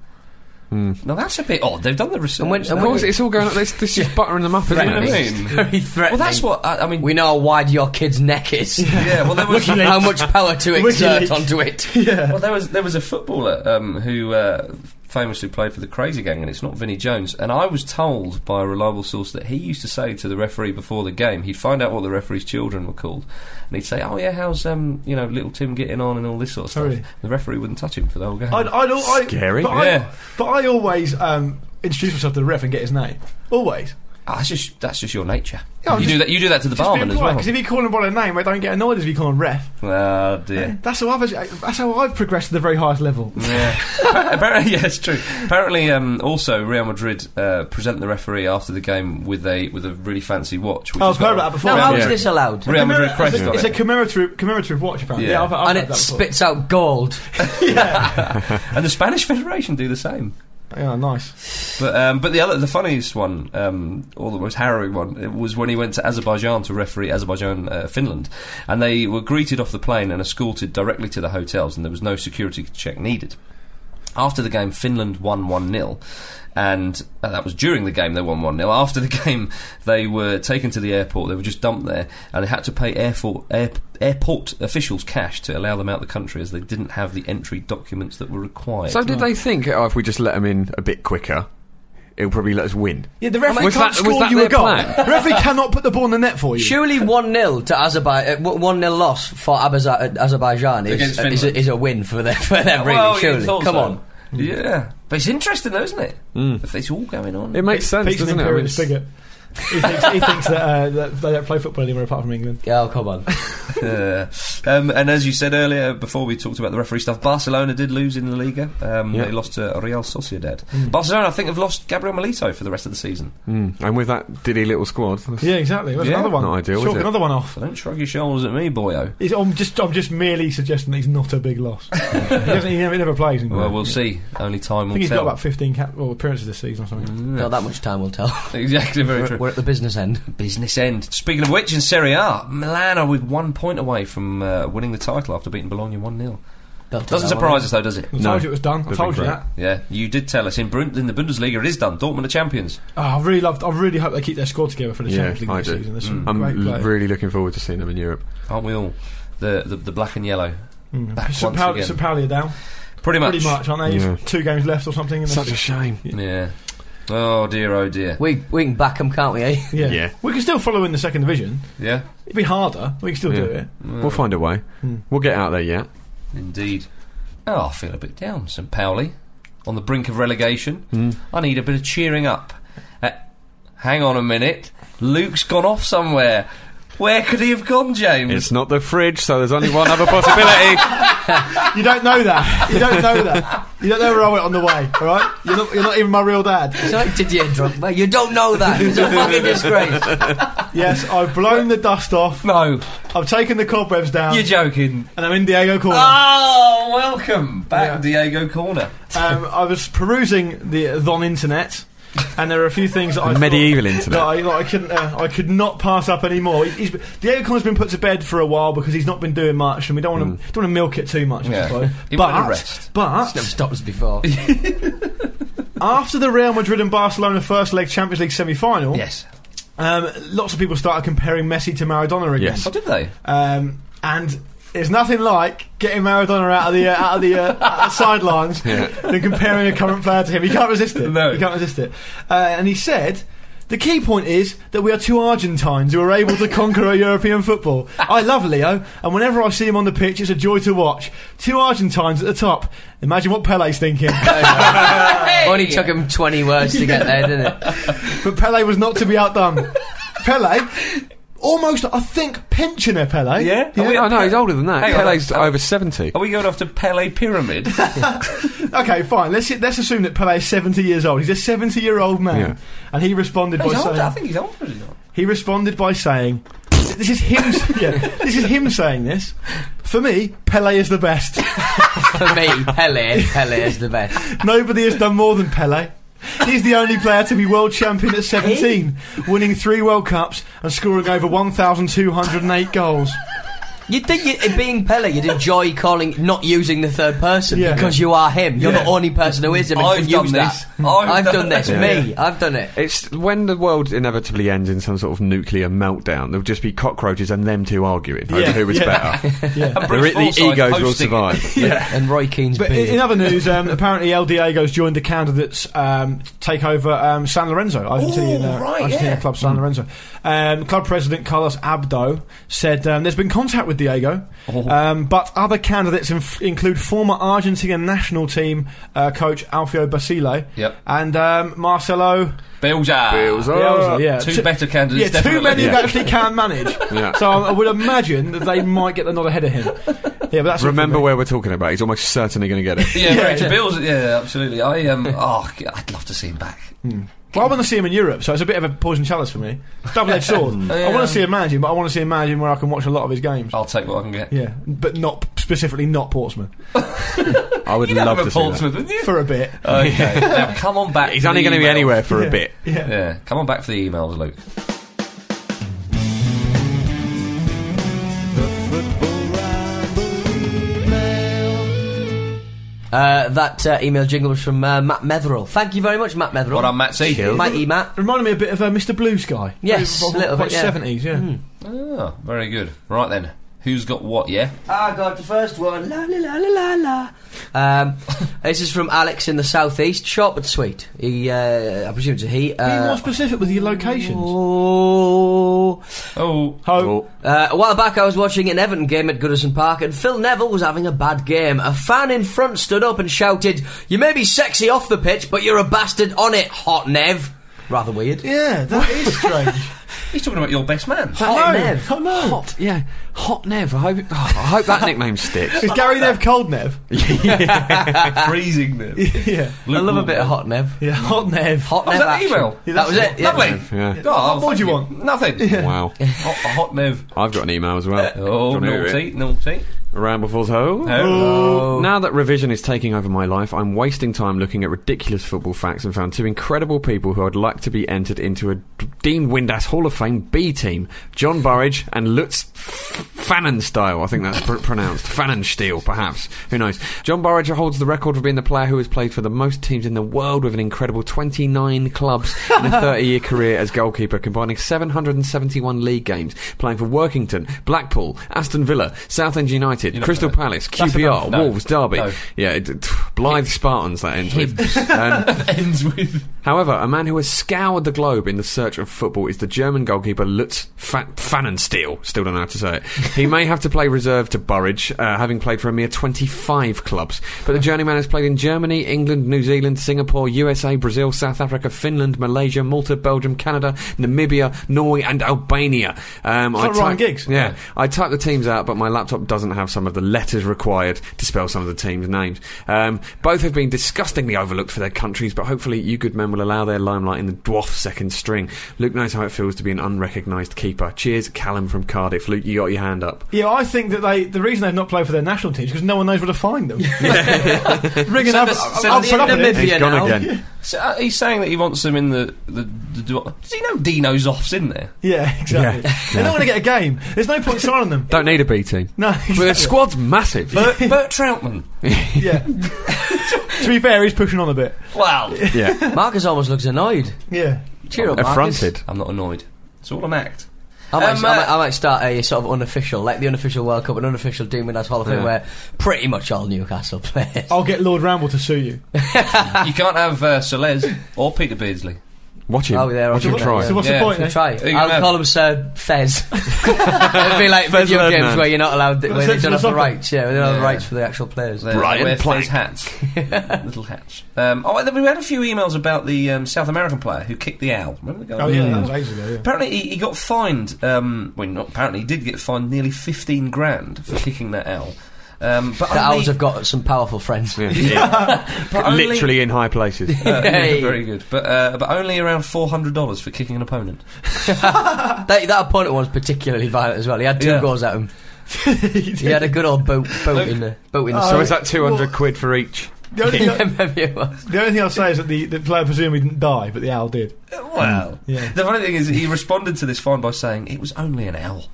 S3: Now that's a bit odd. They've done the research.
S5: And when- and
S6: of
S3: now.
S6: course, it's all going up. This, this is buttering them up, isn't
S3: You know what I
S6: it?
S3: mean?
S5: Very threatening.
S3: Well, that's what I, I mean.
S5: we know how wide your kid's neck is.
S3: Yeah, well, there was
S5: how much power to exert
S4: WikiLeaks.
S5: onto it.
S3: well, there was there was a footballer um, who uh, famously played for the Crazy Gang, and it's not Vinnie Jones. And I was told by a reliable source that he used to say to the referee before the game, he'd find out what the referee's children were called, and he'd say, "Oh yeah, how's um, you know little Tim getting on and all this sort of stuff."
S4: Sorry.
S3: The referee wouldn't touch him for the whole game.
S4: I'd, I'd, al- I,
S6: Scary.
S4: But,
S3: Yeah.
S4: I, but I always um, introduce myself to the ref and get his name. Always.
S3: Ah, that's just that's just your nature.
S4: Yeah, I'm
S3: you do
S4: just-
S3: that. You do that to the barman as well.
S4: Because if you call him by a name, I don't get annoyed if you call him ref.
S3: Oh dear.
S4: That's how I've that's how I've progressed to the very highest level.
S3: Yeah. Apparently, yeah, it's true. Apparently, um, also Real Madrid uh, present the referee after the game with a with a really fancy watch. Which
S4: I
S3: has
S4: was Oh, heard
S3: got
S4: about that
S3: a
S4: before.
S5: Now, how is
S6: Yeah.
S5: this allowed?
S3: Real
S4: Commemora-
S3: Madrid crest
S4: it's, a-
S3: on
S4: it's a
S3: it.
S4: commemorative commemorative watch apparently.
S3: Yeah.
S4: Yeah, I've, I've
S5: And
S4: heard
S5: it
S4: that before.
S5: spits out gold.
S3: and the Spanish Federation do the same.
S4: Yeah, nice.
S3: But um, but the other the funniest one, um, or the most harrowing one, it was when he went to Azerbaijan to referee Azerbaijan uh, Finland, and they were greeted off the plane and escorted directly to the hotels, and there was no security check needed. After the game, Finland won 1 0. And uh, that was during the game, they won 1 0. After the game, they were taken to the airport. They were just dumped there. And they had to pay airport, air, airport officials cash to allow them out the country as they didn't have the entry documents that were required.
S6: So did
S4: Mm.
S6: they think, oh, if we just let them in a bit quicker, it'll probably let us win?
S4: Yeah, the referee
S6: Was
S4: can't
S6: that- was
S4: score
S6: that
S4: you
S6: their
S4: a goal.
S6: plan?
S4: the referee cannot put the ball in the net for you.
S5: Surely 1 0 to Azerbaijan, uh, 1 0 loss for Abaza- Azerbaijan is, uh,
S3: Against
S5: is,
S3: Finland.
S5: a, is a win for them, for them really,
S3: Well,
S5: surely.
S3: it's also-
S5: Come on.
S3: Yeah. Mm. But it's interesting, though, isn't it? If it's all going on.
S6: It makes sense,
S4: Pete's an
S6: doesn't it? I mean,
S4: imperialist
S6: it's-
S4: bigot. He thinks, he thinks that, uh, that they don't play football anywhere apart from England.
S5: Yeah, oh, come on.
S3: Uh, Um, and as you said earlier, before we talked about the referee stuff, Barcelona did lose in La Liga. Um,
S6: Yeah.
S3: They lost to Real Sociedad. Barcelona, I think, have lost Gabriel Melito for the rest of the season.
S6: Mm. And with that diddy little squad, that's-
S4: Yeah, exactly. That's
S3: Yeah,
S4: another one.
S6: not ideal, is
S4: Chalk
S6: it?
S4: another one off.
S3: So don't shrug your shoulders at me, boyo.
S4: He's, I'm just, I'm just merely suggesting that he's not a big loss. he, doesn't, he, never, he never plays. Anymore.
S3: Well, we'll see. Only time
S4: I
S3: will
S4: think he's
S3: tell.
S4: got about 15 cap well, appearances this season or something.
S6: Mm.
S5: Not that much time will tell.
S3: exactly, very
S5: We're,
S3: true.
S5: we're at the business end.
S3: Business end. Speaking of which, in Serie A, Milan are with one point away from uh, winning the title after beating Bologna 1 0.
S5: They'll tell
S3: Doesn't
S5: that
S3: surprise
S5: one.
S3: us, though, does it?
S4: I told you it was done. I
S6: That'd
S4: told
S6: be
S4: you
S6: great.
S4: that.
S3: Yeah, you did tell us in, Brun- in the Bundesliga it is done. Dortmund are champions.
S4: Oh, I really loved. I really hope they keep their squad together for the
S6: Yeah,
S4: Champions
S6: I
S4: League
S6: do. Mm.
S4: this season. There's some
S6: I'm
S4: great
S6: l-
S4: players.
S6: really looking forward to seeing them in Europe.
S3: Aren't we all? The the, the black and yellow.
S4: Mm.
S3: back
S4: St.
S3: once
S4: Pauli-
S3: again.
S4: St. Pauli are down.
S3: Pretty much.
S4: Pretty much, aren't they?
S6: Yeah.
S4: Two games left or something. In the
S6: Such a shame.
S3: Yeah. Oh dear, oh dear.
S5: We we can back 'em, can't we? Eh?
S4: yeah.
S6: Yeah.
S4: We can still follow in the second division.
S3: Yeah,
S4: It'd be harder. We can still do
S6: Yeah.
S4: it.
S6: We'll find a way. We'll get out there yet.
S3: indeed. Oh, I feel a bit down, St. Pauli. On the brink of relegation. I need a bit of cheering up. Uh, hang on a minute. Luke's gone off somewhere. Where could he have gone, James?
S6: It's not the fridge, so there's only one other possibility.
S4: You don't know that. You don't know that. You don't know where I went on the way. All right. You're not. You're not even my real dad.
S5: It's like Didier Drogba. You don't know that. It's a fucking disgrace.
S4: Yes, I've blown the dust off.
S3: no,
S4: I've taken the cobwebs down,
S3: you're joking.
S4: and I'm in Diego Corner.
S3: Oh, welcome back, Diego Corner.
S4: Um, I was perusing the the on internet, and there are a few things that I
S6: Medieval
S4: thought
S6: internet.
S4: that I, that I couldn't. Uh, I could not pass up anymore. He- He's, Diego Con's been put to bed for a while because he's not been doing much, and we don't want to don't want to milk it too much. I
S3: Hmm. Yeah.
S4: suppose.
S3: He wanted a
S4: But
S3: rest.
S4: but
S5: Never stopped us before.
S4: after the Real Madrid and Barcelona first leg Champions League semi final,
S3: Yes.
S4: um, lots of people started comparing Messi to Maradona again.
S6: Yes.
S3: Oh, did they?
S4: Um, and there's nothing like getting Maradona out of the uh, out of the, uh, out of the sidelines than comparing a current player to him. You can't resist it.
S3: No.
S4: You can't resist it. Uh, and he said. The key point is that we are two Argentines who are able to conquer our European football. I love Leo, and whenever I see him on the pitch, it's a joy to watch. Two Argentines at the top. Imagine what Pele's thinking.
S5: Only took him 20 words to get there, didn't it?
S4: But Pele was not to be outdone. Pele, almost, I think, pensioner Pele.
S3: Yeah?
S6: Oh, wait, oh, no, he's older than that.
S3: Hang on,
S6: Pele's
S3: hang on.
S6: over 70.
S3: Are we going off to Pele Pyramid?
S4: Okay, fine. Let's let's assume that Pele is seventy years old. He's a seventy-year-old man,
S6: Yeah.
S4: and he responded by
S3: he's older. I
S4: saying
S3: think he's older than that.
S4: he responded by saying, "This is him. yeah, this is him saying this. For me, Pele is the best.
S5: For me, Pele, Pele is the best.
S4: Nobody has done more than Pele." He's the only player to be world champion at 17, winning three World Cups and scoring over 1,208 goals.
S5: You'd think you, being Pele, you'd enjoy calling, not using the third person
S4: Yeah.
S5: because you are him. You're
S4: Yeah.
S5: the only person who is him. and
S3: I've
S5: can
S3: done
S5: use
S3: this.
S5: That.
S3: I've
S5: I've,
S3: done-
S5: done, this. Me, I've done it.
S6: It's when the world inevitably ends in some sort of nuclear meltdown. There'll just be cockroaches and them two arguing
S4: Yeah,
S6: over who is
S4: yeah.
S6: better.
S4: Yeah.
S6: The,
S3: Bruce
S6: the
S3: Forsyth
S6: egos will
S3: hosting it.
S6: survive.
S5: And Roy Keane's
S4: But in,
S5: beard.
S4: in other news, um, apparently El Diego's joined the candidates um, take over um, San Lorenzo, Argentinian, uh,
S3: right,
S4: Argentinian
S3: yeah. Hmm.
S4: club San Lorenzo. Um, club president Carlos Abdo said um, there's been contact with Diego,
S3: Oh.
S4: um, but other candidates inf- include former Argentinian national team uh, coach Alfio Basile
S3: Yep.
S4: and um, Marcelo.
S3: Bielsa.
S4: Bielsa, yeah.
S3: Two
S4: T-
S3: better
S4: Yeah,
S3: candidates.
S4: too
S3: definitely.
S4: many
S3: Yeah.
S4: that actually can manage.
S6: Yeah.
S4: So I would imagine that they might get the nod ahead of him. Yeah, but that's it for
S6: Remember
S4: me.
S6: where we're talking about. He's almost certainly going to get it.
S3: Yeah,
S4: Yeah,
S3: yeah,
S4: yeah.
S3: Bielsa. Yeah, absolutely. I um, oh, g- I'd love to see him back.
S4: Well, I want to see him in Europe, so it's a bit of a poison chalice for me. Double edged sword. I want to see him managing, but I want to see him managing where I can watch a lot of his games.
S3: I'll take what I can get.
S4: Yeah, but not specifically not Portsmouth
S6: I would
S3: You'd
S6: love
S3: have him
S6: to
S3: at
S6: see that. Oh,
S3: Portsmouth, wouldn't you?
S4: for a bit.
S3: okay. now come on back.
S6: He's
S3: to
S6: only
S3: the
S6: going to be
S3: emails.
S6: anywhere for a bit.
S4: Yeah.
S3: Yeah, come on back for the emails, Luke.
S5: Uh, that uh, email jingle was from uh, Matt Metherill. Thank you very much, Matt Metherill.
S3: What up, Matt C?
S5: Mighty Matt.
S4: Reminded me a bit of uh, Mr. Blue Sky.
S5: Yes,
S4: Very-
S5: a little
S4: quite
S5: bit, yeah. Hmm.
S4: 70s, yeah.
S3: Oh, very good. Right then, who's got what? Yeah.
S5: I got the first one. La la la la la la. Um, this is from Alex in the southeast. Short but sweet. He, uh, I presume it's a he.
S4: Be
S5: Uh,
S4: more specific with your locations.
S5: oh.
S3: Oh,
S4: Oh,
S5: Uh, a while back, I was watching an Everton game at Goodison Park, and Phil Neville was having a bad game. A fan in front stood up and shouted, "You may be sexy off the pitch, but you're a bastard on it, hot Nev." Rather weird.
S4: yeah, that is strange.
S3: He's talking about your best man.
S5: Hot Nev.
S4: Oh no.
S6: Hot, yeah, hot Nev. I hope, oh, I hope that nickname sticks.
S4: Is Gary Nev cold Nev?
S3: Freezing them.
S4: yeah.
S5: I love a bit of hot Nev.
S4: Yeah, hot Nev.
S5: Hot
S3: That was
S5: Nev
S3: an
S5: action.
S3: email.
S5: that
S4: Yeah, that's
S5: was it. yeah.
S3: Lovely.
S6: Yeah.
S3: Oh,
S4: What do you
S3: thank
S4: want?
S3: Nothing.
S6: Wow,
S3: Hot, a hot move.
S6: I've got an email as well.
S3: Oh,
S6: Do you wanna hear
S3: naughty,
S6: it?
S3: naughty.
S6: Rambleful's home.
S3: Oh.
S6: Now that revision is taking over my life, I'm wasting time looking at ridiculous football facts and found two incredible people who I'd like to be entered into a D- Dean Windass Hall of Fame B team John Burridge and Lutz Fannenstiel. I think that's pr- pronounced. Fannenstiel, perhaps. Who knows? John Burridge holds the record for being the player who has played for the most teams in the world with an incredible 29 clubs in a 30 year career as goalkeeper, combining 771 league games, playing for Workington, Blackpool, Aston Villa, Southend United,
S3: not
S6: Crystal
S3: gonna-
S6: Palace, QPR,
S3: No.
S6: Wolves, Derby.
S3: No.
S6: Yeah, it, it- Blythe Spartans that ends with. Um,
S3: Ends with.
S6: however, a man who has scoured the globe in the search of football is the German goalkeeper Lutz Fa- Pfannenstiel. Still don't know how to say it. He may have to play reserve to Burridge, uh, having played for a mere 25 clubs. But the journeyman has played in Germany, England, New Zealand, Singapore, USA, Brazil, South Africa, Finland, Malaysia, Malta, Belgium, Canada, Namibia, Norway, and Albania. Um,
S4: It's not Ryan Giggs.
S6: Yeah, yeah. I typed the teams out, but my laptop doesn't have some of the letters required to spell some of the teams' names. Um, both have been disgustingly overlooked for their countries, but hopefully you good men will allow their limelight in the dwarf second string. Luke knows how it feels to be an unrecognised keeper. Cheers, Callum from Cardiff. Luke, you got your hand up.
S4: Yeah, I think that they the reason they've not played for their national teams because no one knows where to find them. Ringing up,
S3: us-
S4: I'll put
S5: send
S4: up
S5: us
S4: with
S5: in
S4: it.
S5: Namibia.
S6: He's
S5: Yeah,
S6: gone
S5: now.
S6: again.
S3: So, uh, he's saying that he wants him in the. the, the, the does he know Dino Zoff's in there?
S4: Yeah, exactly. They're not going to get a game. There's no point signing them.
S6: Don't need a B team.
S4: No,
S6: But the
S4: exactly.
S6: squad's massive.
S3: Bert Troutman.
S4: yeah. to be fair, he's pushing on a bit.
S3: Wow.
S6: yeah,
S5: Marcus almost looks annoyed.
S4: Yeah.
S5: Cheer up, Marcus.
S6: affronted.
S3: I'm not annoyed. It's all an act.
S5: I might,
S3: Um,
S5: I,
S3: uh,
S5: might, I might start a sort of unofficial, like the unofficial World Cup, an unofficial Dean Windass Hall of Fame,
S6: Yeah.
S5: where pretty much all Newcastle players.
S4: I'll get Lord Ramble to sue you.
S3: you can't have uh, Solez or Peter Beardsley.
S6: watch him.
S5: I'll be there,
S6: watch
S5: I'll
S6: him
S5: be
S6: try.
S5: there,
S4: So what's
S3: Yeah,
S4: the point?
S3: so
S4: eh?
S5: Try.
S3: Who you
S5: I'll
S3: gonna have?
S5: call him Sir Fez. It'd be like
S6: Fez
S5: video games
S6: Ferdinand.
S5: where you're not allowed, where they
S4: Essentially
S5: don't have the
S4: soccer.
S5: rights. Yeah, where they don't have the
S3: Yeah.
S5: rights for the actual players.
S3: They
S6: Brian
S3: wear
S6: Plank.
S3: fez hats, little hats. Um, oh, and then we had a few emails about the um, South American player who kicked the owl. Remember the guy?
S4: Oh yeah, that was ages ago. Yeah.
S3: Apparently he, he got fined. Um, well, not apparently he did get fined nearly fifteen grand for kicking that owl. Um, but
S5: The
S3: only,
S5: Owls have got some powerful friends.
S6: Yeah.
S3: but only-
S6: Literally in high places.
S3: Uh, yeah,
S5: Hey.
S3: very good, but uh, but only around four hundred dollars for kicking an opponent.
S5: That, that opponent was particularly violent as well. He had two
S3: Yeah.
S5: goals at him. He had a good old boat, boat in the boat in the
S6: so
S4: Oh,
S6: is that 200
S4: well-
S6: quid for each?
S4: The, only
S5: Yeah,
S4: thing,
S5: maybe it was.
S4: the only thing I'll say is that the, the player presumably didn't die, but the owl did.
S3: Wow.
S4: Yeah.
S3: Uh, The funny thing is, he responded to this fine by saying it was only an owl.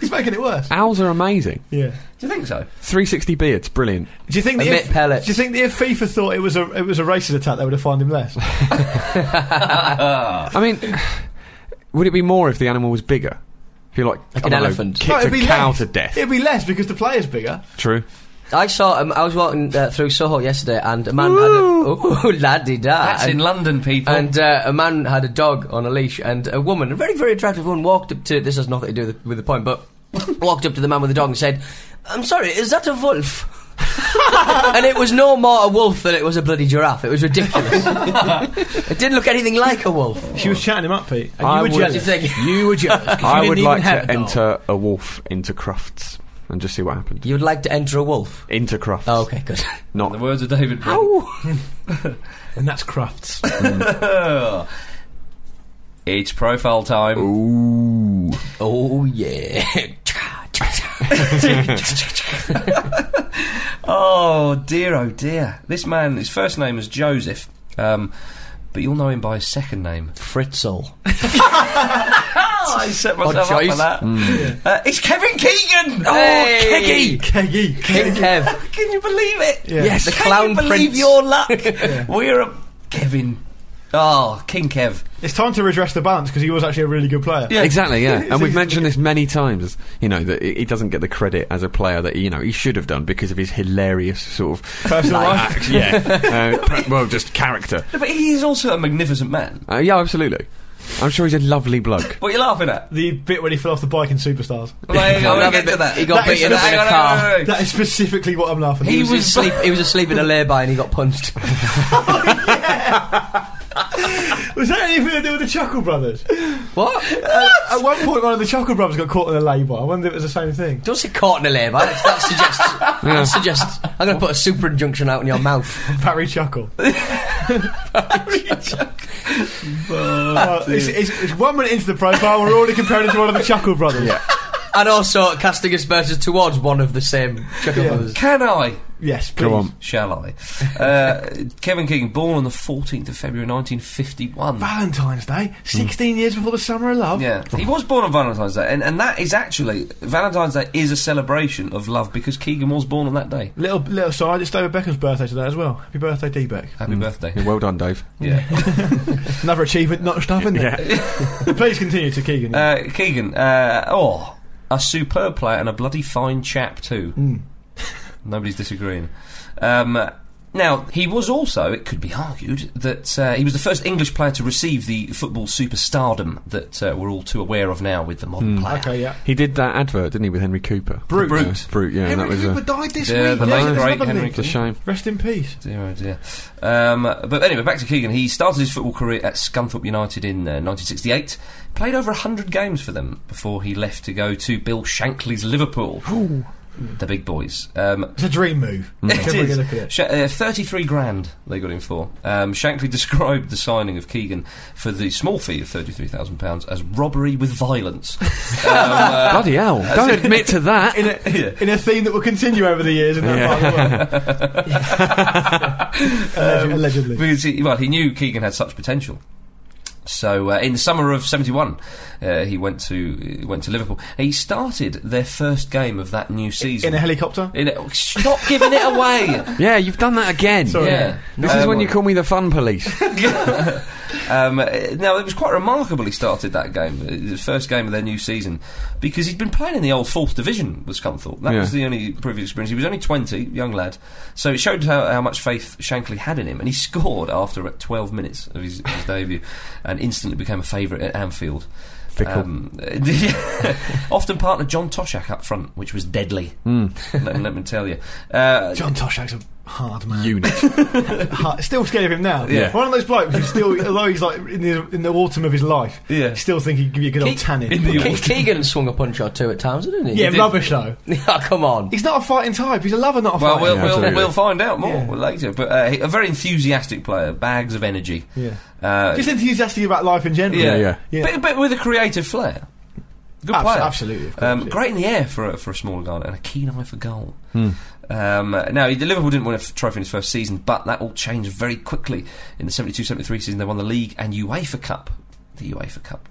S4: He's making it worse.
S5: Ah.
S6: Owls are amazing.
S4: Yeah.
S3: Do you think so?
S6: 360 beards, brilliant.
S4: Do you think that
S5: Admit
S4: if,
S5: pellets.
S4: do you think that if FIFA thought it was a it was a racist attack, they would have fined him less?
S6: I mean, would it be more if the animal was bigger? If you like,
S5: Like
S6: I
S5: an
S6: don't know,
S5: elephant.
S4: No,
S6: kicked
S4: it'd
S6: a
S4: be
S6: cow
S4: less.
S6: to death.
S4: It'd be less because the player's bigger.
S6: True.
S5: I saw. Um, I was walking uh, through Soho yesterday, and a man had a ooh, laddie da.
S3: That's in
S5: Uh, and,
S3: London, people.
S5: and uh, a man had a dog on a leash, and a woman, a very very attractive woman, walked up to. This has nothing to do with the, with the point, but walked up to the man with the dog and said, "I'm sorry, is that a wolf?" and it was no more a wolf than it was a bloody giraffe. It was ridiculous. it didn't look anything like a wolf.
S4: She was chatting him up, Pete, and
S6: I
S4: you were
S6: would-
S4: jealous.
S5: You think-
S4: You were jealous. 'cause you
S6: I
S4: didn't
S6: would
S4: even
S6: like
S4: have
S6: to
S4: a dog.
S6: enter a wolf into Crufts and just see what happens.
S5: You'd like to enter a wolf?
S6: Into Crufts.
S5: Oh, okay, good.
S3: the
S6: Not.
S3: words of David. Brent.
S4: and that's Crafts.
S3: It's profile time.
S6: Ooh.
S5: Oh yeah.
S3: Oh dear, oh dear. This man, his first name is Joseph, um, but you'll know him by his second name.
S5: Fritzel.
S3: Oh, I set myself
S5: Odd
S3: up for
S5: choice.
S3: that. Uh, it's Kevin Keegan.
S5: Hey!
S3: Oh, Keggy!
S4: Keggy.
S5: King Kev.
S3: Can you believe it?
S4: Yeah. Yes.
S5: The
S3: Can
S5: clown
S3: you believe
S5: prince.
S3: your luck? We're a Kevin. Oh, King Kev.
S4: It's time to redress the balance because he was actually a really good player.
S3: Yeah.
S6: Exactly, yeah. And we've mentioned this many times, you know, that he he doesn't get the credit as a player that, you know, he should have done because of his hilarious sort of.
S4: Personal life.
S6: act, yeah. Uh, pr- well, just character.
S3: No, but he is also a magnificent man.
S6: Uh, yeah, absolutely. I'm sure he's a lovely bloke.
S3: What are you laughing at?
S4: The bit when he fell off the bike in Superstars.
S3: Well, hang on,
S5: No,
S3: we'll
S5: but
S3: get to that.
S5: he got
S3: That is-
S5: beaten up in a
S3: hang on,
S5: car.
S3: hang on, hang on.
S4: That is specifically what I'm laughing at.
S5: He, was,
S3: was-
S5: asleep. He was asleep in a lay-by and he got punched.
S4: Was that anything to do with the Chuckle Brothers?
S5: What?
S4: At one point, one of the Chuckle Brothers got caught in a labour. I wonder if it was the same thing.
S5: Don't say caught in a labour. That that suggests. That suggests. I'm going to put a super injunction out in your mouth.
S4: Barry Chuckle. Well, Uh, it's, it's, it's one minute into the profile, we're already comparing it to one of the Chuckle Brothers.
S5: And also casting aspersions towards one of the same Chuckle Brothers.
S3: Can I?
S4: Yes, please.
S6: Go on.
S3: Shall I? Uh, Kevin Keegan, born on the 14th of February 1951.
S4: Valentine's Day, 16 years before the Summer of Love.
S3: Yeah, he was born on Valentine's Day, and, and that is actually Valentine's Day is a celebration of love because Keegan was born on that day.
S4: Little little side, it's David Beckham's birthday today as well. Happy birthday, D Beck.
S5: Mm.
S3: Happy birthday!
S6: Yeah, well done, Dave.
S3: Yeah,
S4: Another achievement notched up, isn't it? please continue to Keegan.
S3: uh, Keegan, uh, oh, a superb player and a bloody fine chap too.
S4: Hmm.
S3: Nobody's disagreeing. Um, now he was also, it could be argued, that uh, he was the first English player to receive the football superstardom that uh, we're all too aware of now with the modern player.
S4: okay, yeah.
S6: He did that advert, didn't he, with Henry Cooper?
S3: Brute. Brute.
S6: Yeah, Brute, yeah. and
S4: Henry
S6: that
S4: Cooper
S6: was
S4: died this
S3: Yeah,
S4: week.
S3: the
S4: Yes,
S3: late
S4: it's
S3: great
S4: another
S3: Henry
S4: link.
S6: a, a shame.
S4: Rest in peace.
S3: Dear, oh dear. Um, but anyway, back to Keegan. He started his football career at Scunthorpe United in uh, 1968. Played over 100 games for them before he left to go to Bill Shankly's Liverpool. The big boys. Um,
S4: It's a dream move. Take a
S3: it is.
S4: look at it.
S3: Sh- uh, 33 grand they got him for. Um, Shankly described the signing of Keegan for the small fee of £33,000 as robbery with violence. Um, uh,
S6: Bloody hell. Don't admit to that.
S4: Uh, In a, in a theme that will continue over the years in that part of the world. Alleg- Allegedly.
S3: Because he, well, he knew Keegan had such potential. So uh, in the summer of '71, uh, he went to uh, went to Liverpool. He started their first game of that new season
S4: In a helicopter?
S3: In a- stop giving it away.
S6: Yeah, you've done that again.
S4: Sorry.
S3: yeah,
S6: This is
S3: Um,
S6: when you call me the fun police.
S3: um, uh, now it was quite remarkable. He started that game, uh, the first game of their new season, because he'd been playing in the old fourth division with Scunthorpe. That
S6: Yeah.
S3: was the only previous experience. He was only twenty, young lad, so it showed how, how much faith Shankly had in him. And he scored after about twelve minutes of his, his debut, and instantly became a favourite at Anfield.
S6: Fickle.
S3: Um, often partnered John Toshak up front, which was deadly. Let, let me tell you. Uh,
S4: John Toshak's a hard man.
S6: Unit.
S4: Hard- Still scared of him now.
S3: Yeah.
S4: One of those blokes who still, although he's like in the, in the autumn of his life,
S3: Yeah.
S4: you still think he'd give you a good old tanning.
S3: in the
S5: Ke- Keegan swung a punch or two at times, didn't he?
S4: yeah,
S5: He
S4: rubbish though.
S5: did. oh, come on.
S4: He's not a fighting type. He's a lover, not a
S3: Well,
S4: fighter.
S3: we'll,
S6: Yeah,
S3: we'll,
S6: absolutely.
S3: we'll find out more
S4: Yeah.
S3: later. But uh, he- a very enthusiastic player, bags of energy.
S4: Yeah.
S3: Uh,
S4: Just enthusiastic about life in general.
S3: yeah,
S6: Yeah, yeah.
S4: Yeah.
S3: But, but with a creative flair. Good
S4: Abs-
S3: player.
S4: absolutely, of course,
S3: um,
S4: yeah.
S3: Great in the air for a, for a smaller guy and a keen eye for goal.
S6: Hmm.
S3: Um, uh, now, he- Liverpool didn't win a f- trophy in his first season, but that all changed very quickly. In the 72 73 season, they won the league and UEFA Cup. The UEFA Cup.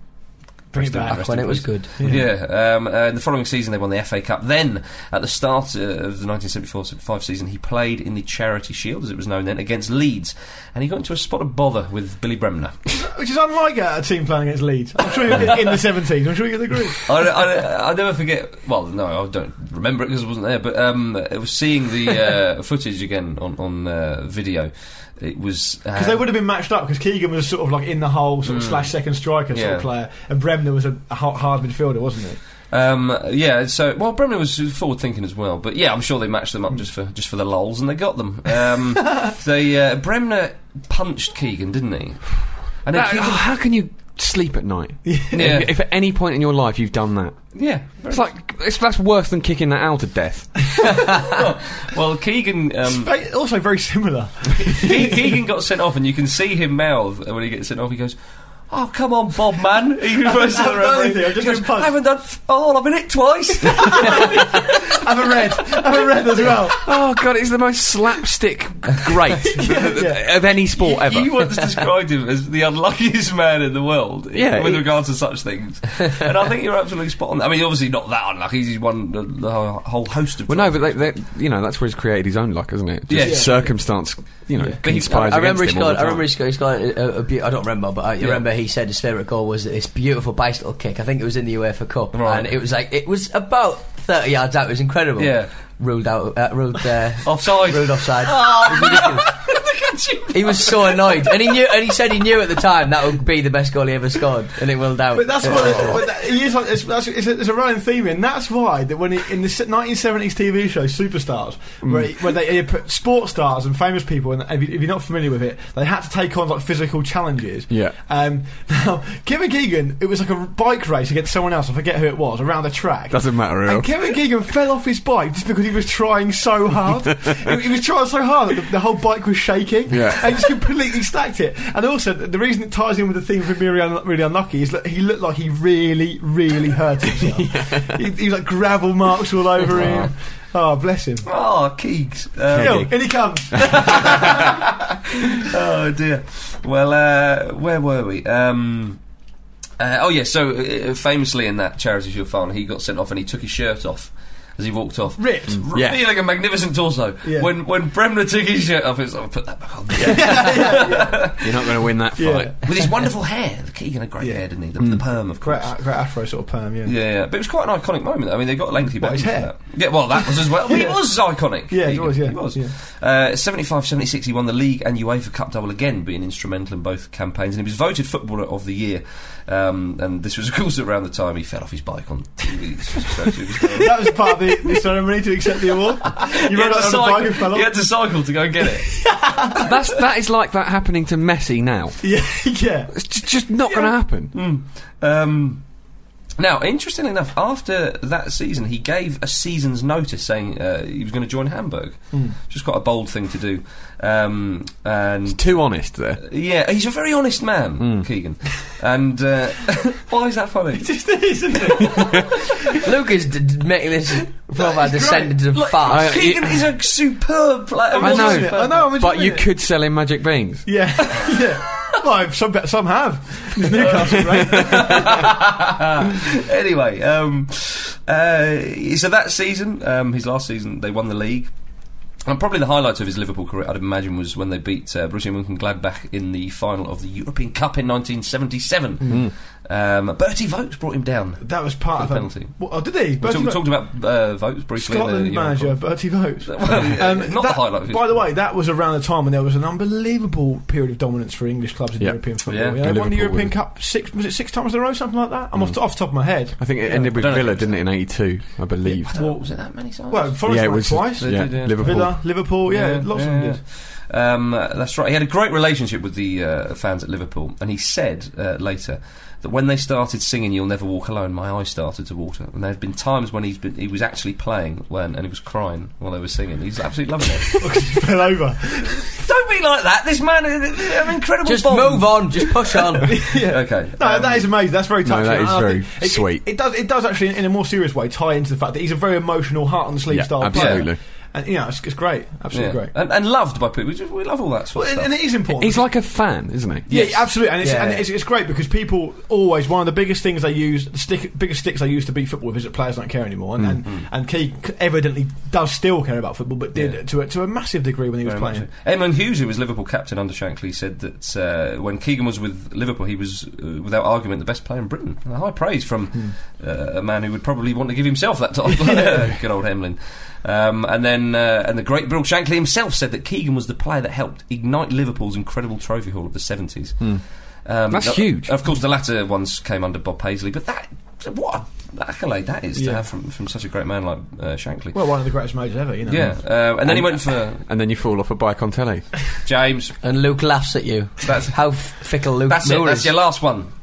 S4: Bring
S3: Rest
S4: it
S3: in-
S4: back.
S3: rest
S5: when
S3: in
S5: it was
S3: peace.
S5: good.
S3: Yeah. um, uh, in the following season, they won the FA Cup. Then, at the start uh, of the 1974-75 season, he played in the Charity Shield, as it was known then, against Leeds, and he got into a spot of bother with Billy Bremner.
S4: Which is unlike uh, a a team playing against Leeds. I'm sure you're in the 70s. I'm sure you'll agree.
S3: I, I, I never forget. Well, no, I don't remember it because I wasn't there. But um, it was seeing the uh, footage again on on uh, video. It was uh,
S4: Because they would have been matched up because Keegan was sort of like in the hole, sort of slash second striker sort
S3: Yeah.
S4: of player, and Bremner was a a hard hard midfielder, wasn't it?
S3: Um, yeah, so well, Bremner was forward thinking as well, but yeah, I'm sure they matched them up just for just for the lulls, and they got them. Um, they uh, Bremner punched Keegan, didn't he? And then
S6: That- oh, how can you sleep at night?
S3: Yeah.
S6: If, if at any point in your life you've done that,
S3: Keegan, yeah.
S6: it's like it's, that's worse than kicking that owl to death.
S3: Well, Keegan um,
S4: Ve- Also very similar.
S3: Ke- Keegan got sent off, and you can see him mouth when he gets sent off. He goes. Oh come on, Bob, man! He refers to the
S4: I've done
S3: referee.
S4: anything, I've just
S3: He goes,
S4: been punched.
S3: I haven't done. F- oh, I've been hit twice.
S4: Have a red. Have a red as well.
S6: oh god, it's the most slapstick great
S4: yeah.
S6: of any sport ever.
S3: You once described him as the unluckiest man in the world
S6: Yeah,
S3: with
S6: he-
S3: regards to such things. and I think you're absolutely spot on. I mean, obviously not that unlucky. He's won the, the whole whole host of.
S6: well, no,
S3: trophies.
S6: but they, they, you know that's where he's created his own luck, isn't it? Just
S3: Yeah.
S6: circumstance, you know,
S3: But he-
S6: conspires
S3: I-
S5: I
S6: against
S5: remember he
S6: him all
S5: scored. I
S6: the time.
S5: remember he scored. He scored a, a, a beau- I don't remember, but I you
S3: Yeah.
S5: remember he said his favourite goal was this beautiful bicycle kick. I think it was in the UEFA Cup,
S3: Right.
S5: and it was like it was about thirty yards out. It was incredible.
S3: Yeah.
S5: ruled out. Uh, ruled uh,
S4: Oh.
S3: Offside.
S5: Ruled offside.
S3: Imagine
S5: He was so annoyed, and he knew, and he said he knew at the time that would be the best goal he ever scored, and it willed out.
S4: But that's what. but that, it is like, it's, that's, it's, a, it's a running theme, and that's why that when it, in the se- 1970s TV show Superstars,
S6: Mm.
S4: where, it- where they, they put sports stars and famous people, and if, you, if you're not familiar with it, they had to take on like physical challenges.
S6: Yeah.
S4: Um, now, Kevin Keegan, it was like a r- bike race against someone else. I forget who it was around the track.
S6: Doesn't matter who.
S4: And Kevin Keegan fell off his bike just because he was trying so hard. he, he was trying so hard that the, the whole bike was shaking.
S6: Yeah.
S4: And just completely stacked it. And also, the the reason it ties in with the theme for being really, really unlucky is that he looked like he really, really hurt himself. he, he was like gravel marks all over him. Oh, bless him.
S3: Oh, Keegs.
S4: Yo,
S3: Um,
S4: in he comes.
S3: oh dear. Well, uh, where were we? Um, uh, oh yeah. So uh, famously in that charity shield final, he got sent off and he took his shirt off as he walked off.
S4: Ripped.
S3: R-
S6: Yeah.
S3: He had, like a magnificent torso.
S4: Yeah.
S3: When when Bremner took his shirt off, it's like, put that back on.
S6: You're not going to win that
S4: Yeah.
S6: fight.
S3: With his wonderful hair, Keegan had great
S4: Yeah. Hmm.
S3: hair, didn't he? The, the perm, of course.
S4: Great, great afro sort of perm, yeah.
S3: Yeah, yeah, but it was quite an iconic moment. I mean, they got lengthy back.
S4: What, his hair?
S3: Yeah, well, that was as well. He was iconic.
S4: Yeah, he was, yeah,
S3: He was.
S4: yeah.
S3: Uh, 75 76, he won the league and UEFA Cup double again, being instrumental in both campaigns. And he was voted Footballer of the Year. Um, and this was, of course, around the time he fell off his bike on TV. So it was terrible.
S4: That was part of the, the ceremony to accept the award. You
S3: He had
S4: rode
S3: to
S4: out on the
S3: cycle-
S4: bike and fell off.
S3: He had to cycle to go and get it.
S6: That's that is like that happening to Messi now.
S4: yeah, yeah.
S6: It's ju- just not going to happen.
S3: Hmm. Um, now, interestingly enough, after that season, he gave a season's notice saying uh, he was going to join Hamburg, which was quite a bold thing to do. Um, and
S6: Too honest there.
S3: yeah, he's a very honest man, Keegan. And uh, why is that funny?
S4: Just is, isn't it?
S5: Luke is d- d- making this proper descendant of
S3: Like,
S5: farce.
S6: I-
S3: Keegan is a superb player.
S4: I
S6: know.
S3: Wasn't it?
S4: I know, I'm
S6: But you
S4: enjoying it.
S6: could sell him magic beans.
S4: Yeah, yeah. Well, some some have. There's Newcastle, right?
S3: anyway, um, uh, so that season, um, his last season, they won the league. And probably the highlight of his Liverpool career, I'd imagine, was when they beat uh, Borussia Mönchengladbach in the final of the European Cup in 1977. Um, Bertie Vokes brought him down.
S4: That was part
S3: For
S4: of
S3: the
S4: um,
S3: penalty.
S4: Well, oh, did he?
S3: We
S4: Bertie
S3: talked,
S4: Vo-
S3: talked about uh, Vokes briefly. in the
S4: Scotland
S3: Euro
S4: manager
S3: Cup.
S4: Bertie Vokes.
S3: Well,
S4: Um,
S3: not the
S4: that-
S3: highlight. Of his
S4: By the way, that was around the time when there was an unbelievable period of dominance for English clubs in
S6: Yeah.
S4: European football.
S3: Yeah.
S4: Yeah, they won the
S6: Liverpool Mm.
S4: European
S6: was-
S4: Cup six was it six times in a row, something like that. I'm off, off the top of my head.
S6: I think it ended with
S3: I don't know.
S6: Villa, didn't it, in '82? I believe.
S3: I don't know, was it that many times?
S4: Well, Forest
S6: Yeah, it
S4: won it
S6: was-
S4: twice.
S3: They
S6: yeah,
S3: did, yeah.
S6: Liverpool.
S4: Villa, Liverpool, Oh, yeah, lots of them
S3: yeah.
S4: did.
S3: Um, uh, that's right. He had a great relationship with the uh, fans at Liverpool, and he said uh, later that when they started singing "You'll Never Walk Alone," my eyes started to water, and there had been times when he's been, he was actually playing when and he was crying while they were singing. He's absolutely loving it.
S4: Fell over.
S3: Don't be like that. This man, is an incredible.
S5: just
S3: bond.
S5: move on, just push on.
S4: Yeah.
S3: Okay.
S4: No,
S3: um,
S4: that is amazing. That's very
S6: No,
S4: touching.
S6: that
S4: And
S6: is
S4: I
S6: very
S4: think it-
S6: sweet.
S4: It, does. It does actually, in a more serious way, tie into the fact that he's a very emotional, heart on the sleeve
S6: Yeah,
S4: style
S6: absolutely.
S4: player. And you know, it's, it's great. Absolutely
S3: yeah.
S4: great.
S3: and, and loved by people. We, just, we love all that sort
S4: Well, and,
S3: of
S4: and
S3: stuff.
S4: it is important.
S6: He's like a fan, isn't he?
S4: Yeah, absolutely, and, it's,
S5: Yeah.
S4: and it's, it's great because people always one of the biggest things they use, the stick, biggest sticks they use to beat football with is that players don't care anymore, and and, and Key c- evidently does still care about football, but did
S3: Mm-hmm. Yeah.
S4: to a, to a massive degree when he was
S3: Very much
S4: playing.
S3: so. Emlyn Hughes, who was Liverpool captain under Shankly, said that uh, when Keegan was with Liverpool, he was, uh, without argument, the best player in Britain. A high praise from uh, a man who would probably want to give himself that title. Good old Emlyn. Um, and then, uh, and the great Bill Shankly himself said that Keegan was the player that helped ignite Liverpool's incredible trophy haul of the 70s. Um,
S6: That's
S3: now,
S6: huge.
S3: Of course, the latter ones came under Bob Paisley, but that what a accolade that is to
S4: Yeah.
S3: have from, from such a great man like uh, Shankly.
S4: Well, one of the greatest majors ever, you know.
S3: yeah, uh, and then he went for
S6: And then you fall off a bike on telly.
S3: James.
S5: And Luke laughs at you.
S3: That's-
S5: how f- fickle Luke
S3: That's it.
S5: Moore
S3: That's
S5: is.
S3: your last one.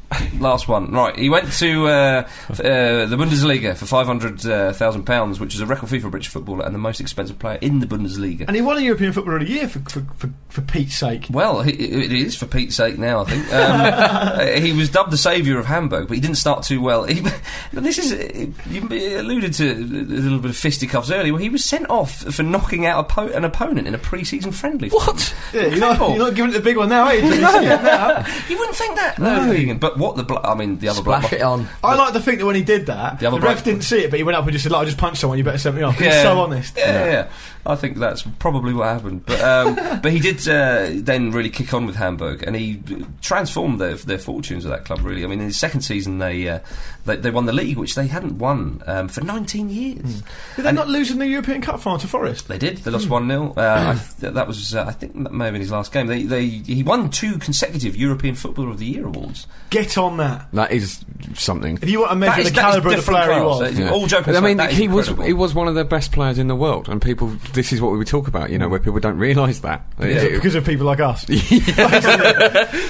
S3: Last one. Right. He went to uh, f- uh, the Bundesliga for five hundred uh, thousand pounds, which is a record fee for a British footballer and the most expensive player in the Bundesliga.
S4: and he won a European Footballer of the Year for for, for, for Pete's sake.
S3: Well, he, it is for Pete's sake now. I think um, uh, he was dubbed the saviour of Hamburg, but he didn't start too well. He, this is you alluded to a little bit of fisticuffs earlier. Well, he was sent off for knocking out oppo- an opponent in a pre-season friendly. What?
S4: Yeah, you're, not,
S3: Incredible.
S4: you're not giving it the big one now, are you? You're not giving it now.
S3: You wouldn't think that, though, Keegan. But what the bla- I mean the other black
S5: Splash
S3: box.
S5: it on.
S4: I like to think that when he did that,
S3: The
S4: the,
S3: other bloke-
S4: ref didn't see it, but he went up and just said, "Like, I just punched someone. You better send me off." He's so honest.
S3: Yeah, yeah, yeah. I think that's probably what happened. But um, but he did uh, then really kick on with Hamburg, and he transformed their their fortunes of that club. Really, I mean, in his second season, they uh, they, they won the league, which they hadn't won um, for 19 years.
S4: Did they not lose in the European Cup final to Forest?
S3: They did. They
S4: Hmm.
S3: lost one 0 uh, I th- That was, uh, I think, that may have been his last game. They, they, he won two consecutive European Footballer of the Year awards.
S4: Get on that.
S6: That is something.
S4: If you want to
S3: That
S4: measure
S3: is-
S4: the
S3: that is
S4: calibre of the
S3: different
S4: player he
S3: class.
S4: was,
S3: That is- All joking
S6: I
S3: aside,
S6: mean,
S3: that is
S6: he was
S3: incredible.
S6: he was one of the best players in the world, and people. This is what we talk about, you know, where people don't realise that. It-
S4: because of people like us.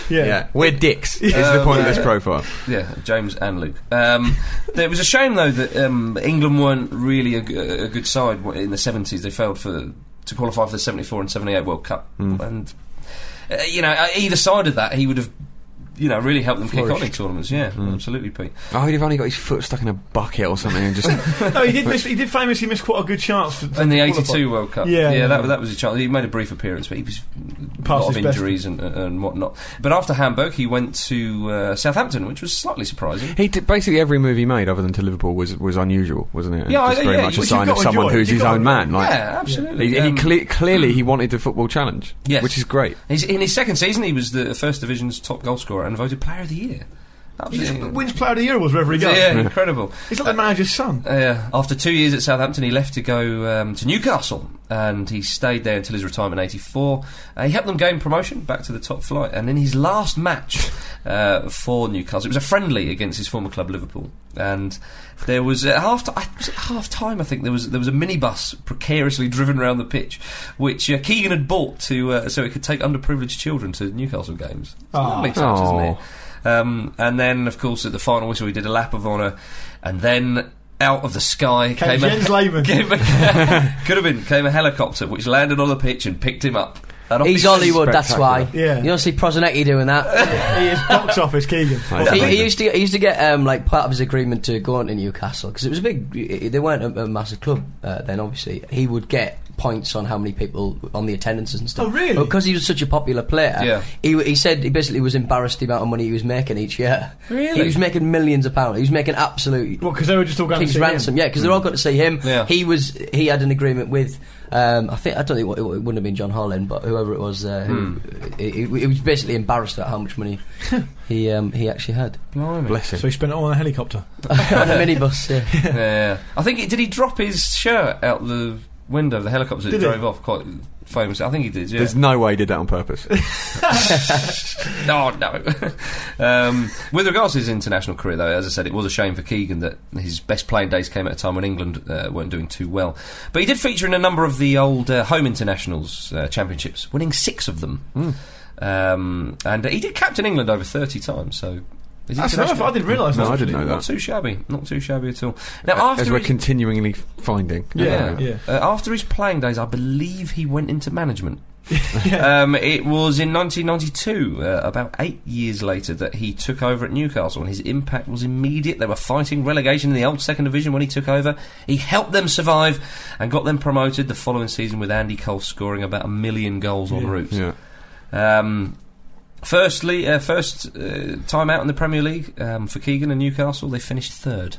S6: yeah. we're dicks. Is the point of this profile?
S3: Yeah, James and Luke. Um, there was a shame though that um, England weren't really a, g- a good side w- in the seventies. They failed for to qualify for the seventy four and seventy eight World Cup,
S4: Hmm.
S3: and uh, you know uh, either side of that, he would have you know really helped them kick on in tournaments. Yeah,
S4: Hmm.
S3: absolutely, Pete.
S6: Oh, he'd have only got his foot stuck in a bucket or something, and just
S4: no, he did. Miss, he did famously miss quite a good chance. For,
S3: In the
S4: qualify.
S3: '82 World Cup,
S4: Yeah, yeah.
S3: that, that was a chance. He made a brief appearance, but he was a
S4: Past
S3: lot of
S4: his best.
S3: injuries and, uh, and whatnot. But after Hamburg, he went to uh, Southampton, which was slightly surprising.
S6: he did, basically every move he made, other than to Liverpool, was was unusual, wasn't it? And
S3: Yeah,
S6: just
S3: I-
S6: very
S3: yeah,
S6: much a
S3: which
S6: sign
S4: you've
S6: of
S4: got to
S6: someone
S4: enjoy.
S6: who's
S4: You've
S6: his
S4: got
S6: own
S4: to-
S6: man. Like
S3: yeah, absolutely.
S6: he,
S3: Um,
S6: he cle- clearly he wanted the football challenge,
S3: Yes.
S6: which is great.
S3: He's, in his second season, he was the first division's top goal scorer and voted Player of the Year. That
S4: He
S3: was
S4: just
S3: yeah.
S4: wins Player of the Year awards wherever he goes.
S3: yeah, incredible.
S4: He's like the manager's son.
S3: Uh, after two years at Southampton, he left to go um, to Newcastle, and he stayed there until his retirement in '84. Uh, he helped them gain promotion back to the top flight, and in his last match uh, for Newcastle, it was a friendly against his former club Liverpool, and there was at half t- I- was it half time. I think there was there was a minibus precariously driven around the pitch, which uh, Keegan had bought to uh, so it could take underprivileged children to Newcastle games. It's a
S4: Aw.
S3: lovely touch, isn't it?
S6: Aw.
S3: Um, and then, of course, at the final whistle, he did a lap of honour, and then out of the sky
S4: Came
S3: came,
S4: Jens
S3: a,
S4: Lehmann.
S3: came a- could have been came a helicopter which landed on the pitch and picked him up. And
S5: He's
S3: obviously-
S5: Hollywood, that's why.
S4: Yeah.
S5: You don't see Prozanetti doing that.
S4: he is box office Keegan.
S5: he, he used to he used to get um, like part of his agreement to go on to Newcastle because it was a big. i- i- They weren't a, a massive club uh, then, obviously. He would get points on how many people on the attendances and stuff.
S4: Oh, really?
S5: Because he was such a popular player.
S3: Yeah.
S5: He w- he said he basically was embarrassed the amount of money he was making each year.
S3: Really?
S5: He was making millions of pounds. He was making absolute
S4: Well, because they were just all going
S5: King's
S4: to see
S5: ransom,
S4: him.
S5: yeah, because they're all got to see him.
S3: Yeah.
S5: He was he had an agreement with. Um, I think I don't think it, it wouldn't have been John Holland, but whoever it was, uh, who,
S4: Hmm.
S5: he, he- he was basically embarrassed at how much money he um, he actually had
S6: Bless him.
S4: So he spent it all on a helicopter.
S5: on a minibus. Yeah.
S3: yeah. I think it, did he drop his shirt out the window of the helicopter that
S4: Did he?
S3: drove off quite famously? I think he did. Yeah.
S6: There's no way he did that on purpose.
S3: Oh no. um, with regards to his international career, though, as I said, it was a shame for Keegan that his best playing days came at a time when England uh, weren't doing too well. But he did feature in a number of the old uh, home internationals uh, championships, winning six of them.
S6: Hmm.
S3: Um, and uh, he did captain England over thirty times. So. his
S4: That's
S3: international-
S4: enough. I didn't realise
S6: No,
S4: that.
S6: I didn't know
S3: Not
S6: that.
S3: too shabby, not too shabby at all. Now,
S6: As
S3: after
S6: we're
S3: his-
S6: continually finding.
S3: yeah,
S4: Yeah.
S3: Uh, after his playing days, I believe he went into management. um, it was in 1992, uh, about eight years later, that he took over at Newcastle, and his impact was immediate. They were fighting relegation in the old second division when he took over. He helped them survive and got them promoted the following season with Andy Cole scoring about a million goals en route.
S6: Yeah.
S3: Um, firstly, uh, first uh, time out in the Premier League um, for Keegan and Newcastle, they finished third.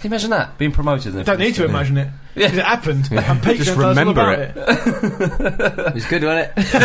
S3: Can you imagine that being promoted? and
S4: Don't
S3: then
S4: need to imagine it.
S3: Yeah.
S4: 'Cause It happened. And Pete
S6: Just
S4: knows all
S6: remember
S4: about
S6: it.
S5: It was good, wasn't it?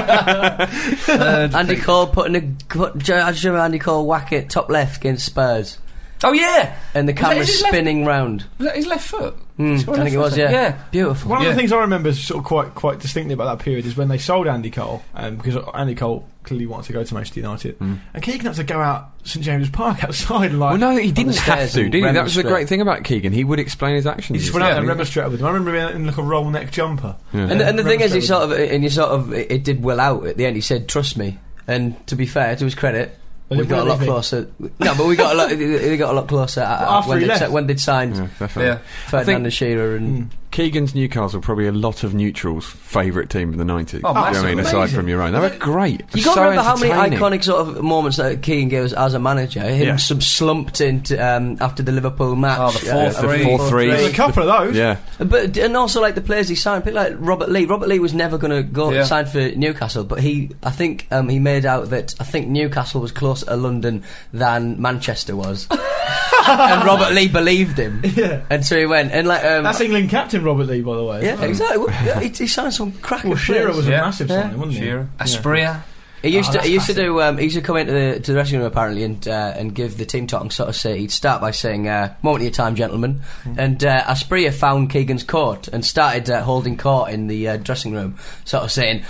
S5: Um,
S3: third
S5: Andy Cole putting a. Put, do you- I just remember Andy Cole whack it top left against Spurs,
S3: Oh yeah,
S5: and the
S3: Was that
S5: camera's
S3: his left-
S5: spinning round.
S3: was that his left foot?
S5: Mm, I think it was, yeah.
S3: yeah.
S5: Beautiful.
S4: One
S3: Yeah.
S4: of the things I remember sort of quite quite distinctly about that period is when they sold Andy Cole, um, because Andy Cole clearly wanted to go to Manchester United, and Keegan had to go out St James's Park outside and like
S6: Well, no, he didn't
S5: the
S6: have
S5: stairs
S6: to,
S5: and
S6: did he? That was the
S5: remonstrate.
S6: great thing about Keegan. He would explain his actions.
S4: he just went out
S3: Yeah.
S4: there and remonstrated with them. I remember him in like a roll neck jumper.
S5: And, the- and the thing is, he
S4: Remonstrated
S5: sort of and you sort of it, it did well out at the end. He said, "Trust me." And to be fair, to his credit,
S4: Well,
S5: we
S4: it
S5: got a
S4: will
S5: lot
S4: be.
S5: closer. No, but we got a lot. They got a lot closer at,
S4: After
S5: when,
S4: he
S5: they'd,
S4: left.
S5: si- when they'd signed
S6: Yeah, definitely.
S3: Yeah.
S5: Ferdinand and Shearer and
S6: Ke- Keegan's Newcastle probably a lot of neutrals' favourite team in the nineties.
S3: Oh,
S6: I mean,
S3: massively.
S6: aside from your own, they were great.
S5: You got
S6: got so
S5: to remember how many
S6: entertaining.
S5: iconic sort of moments that Keane gave us as a manager. Him
S6: Yeah.
S5: some slumped into um, after the Liverpool match. uh,
S3: Oh, the four three.
S6: four three.
S4: There's a couple of those.
S6: Yeah,
S5: But and also like the players he signed, people like Robert Lee. Robert Lee was never going to go
S3: Yeah.
S5: sign for Newcastle, but he, I think, um, he made out that I think Newcastle was closer to London than Manchester was, and Robert Lee believed him,
S4: Yeah.
S5: and so he went and like um,
S4: That's England captain Robert Lee, by the way.
S5: yeah, exactly. Well, yeah, he, he signed some cracking
S4: Well, Shearer
S5: players.
S4: was
S3: Yeah.
S4: a massive
S5: Yeah.
S4: signing, wasn't he?
S3: Shearer. Aspria.
S5: He used
S4: Oh,
S5: to.
S4: that's
S5: He used to do. Um, he used to come into the to the dressing room apparently and uh, and give the team talk and sort of say he'd start by saying uh, "Moment of your time, gentlemen,"
S4: Mm-hmm.
S5: and uh, Aspria found Keegan's court and started uh, holding court in the uh, dressing room, sort of saying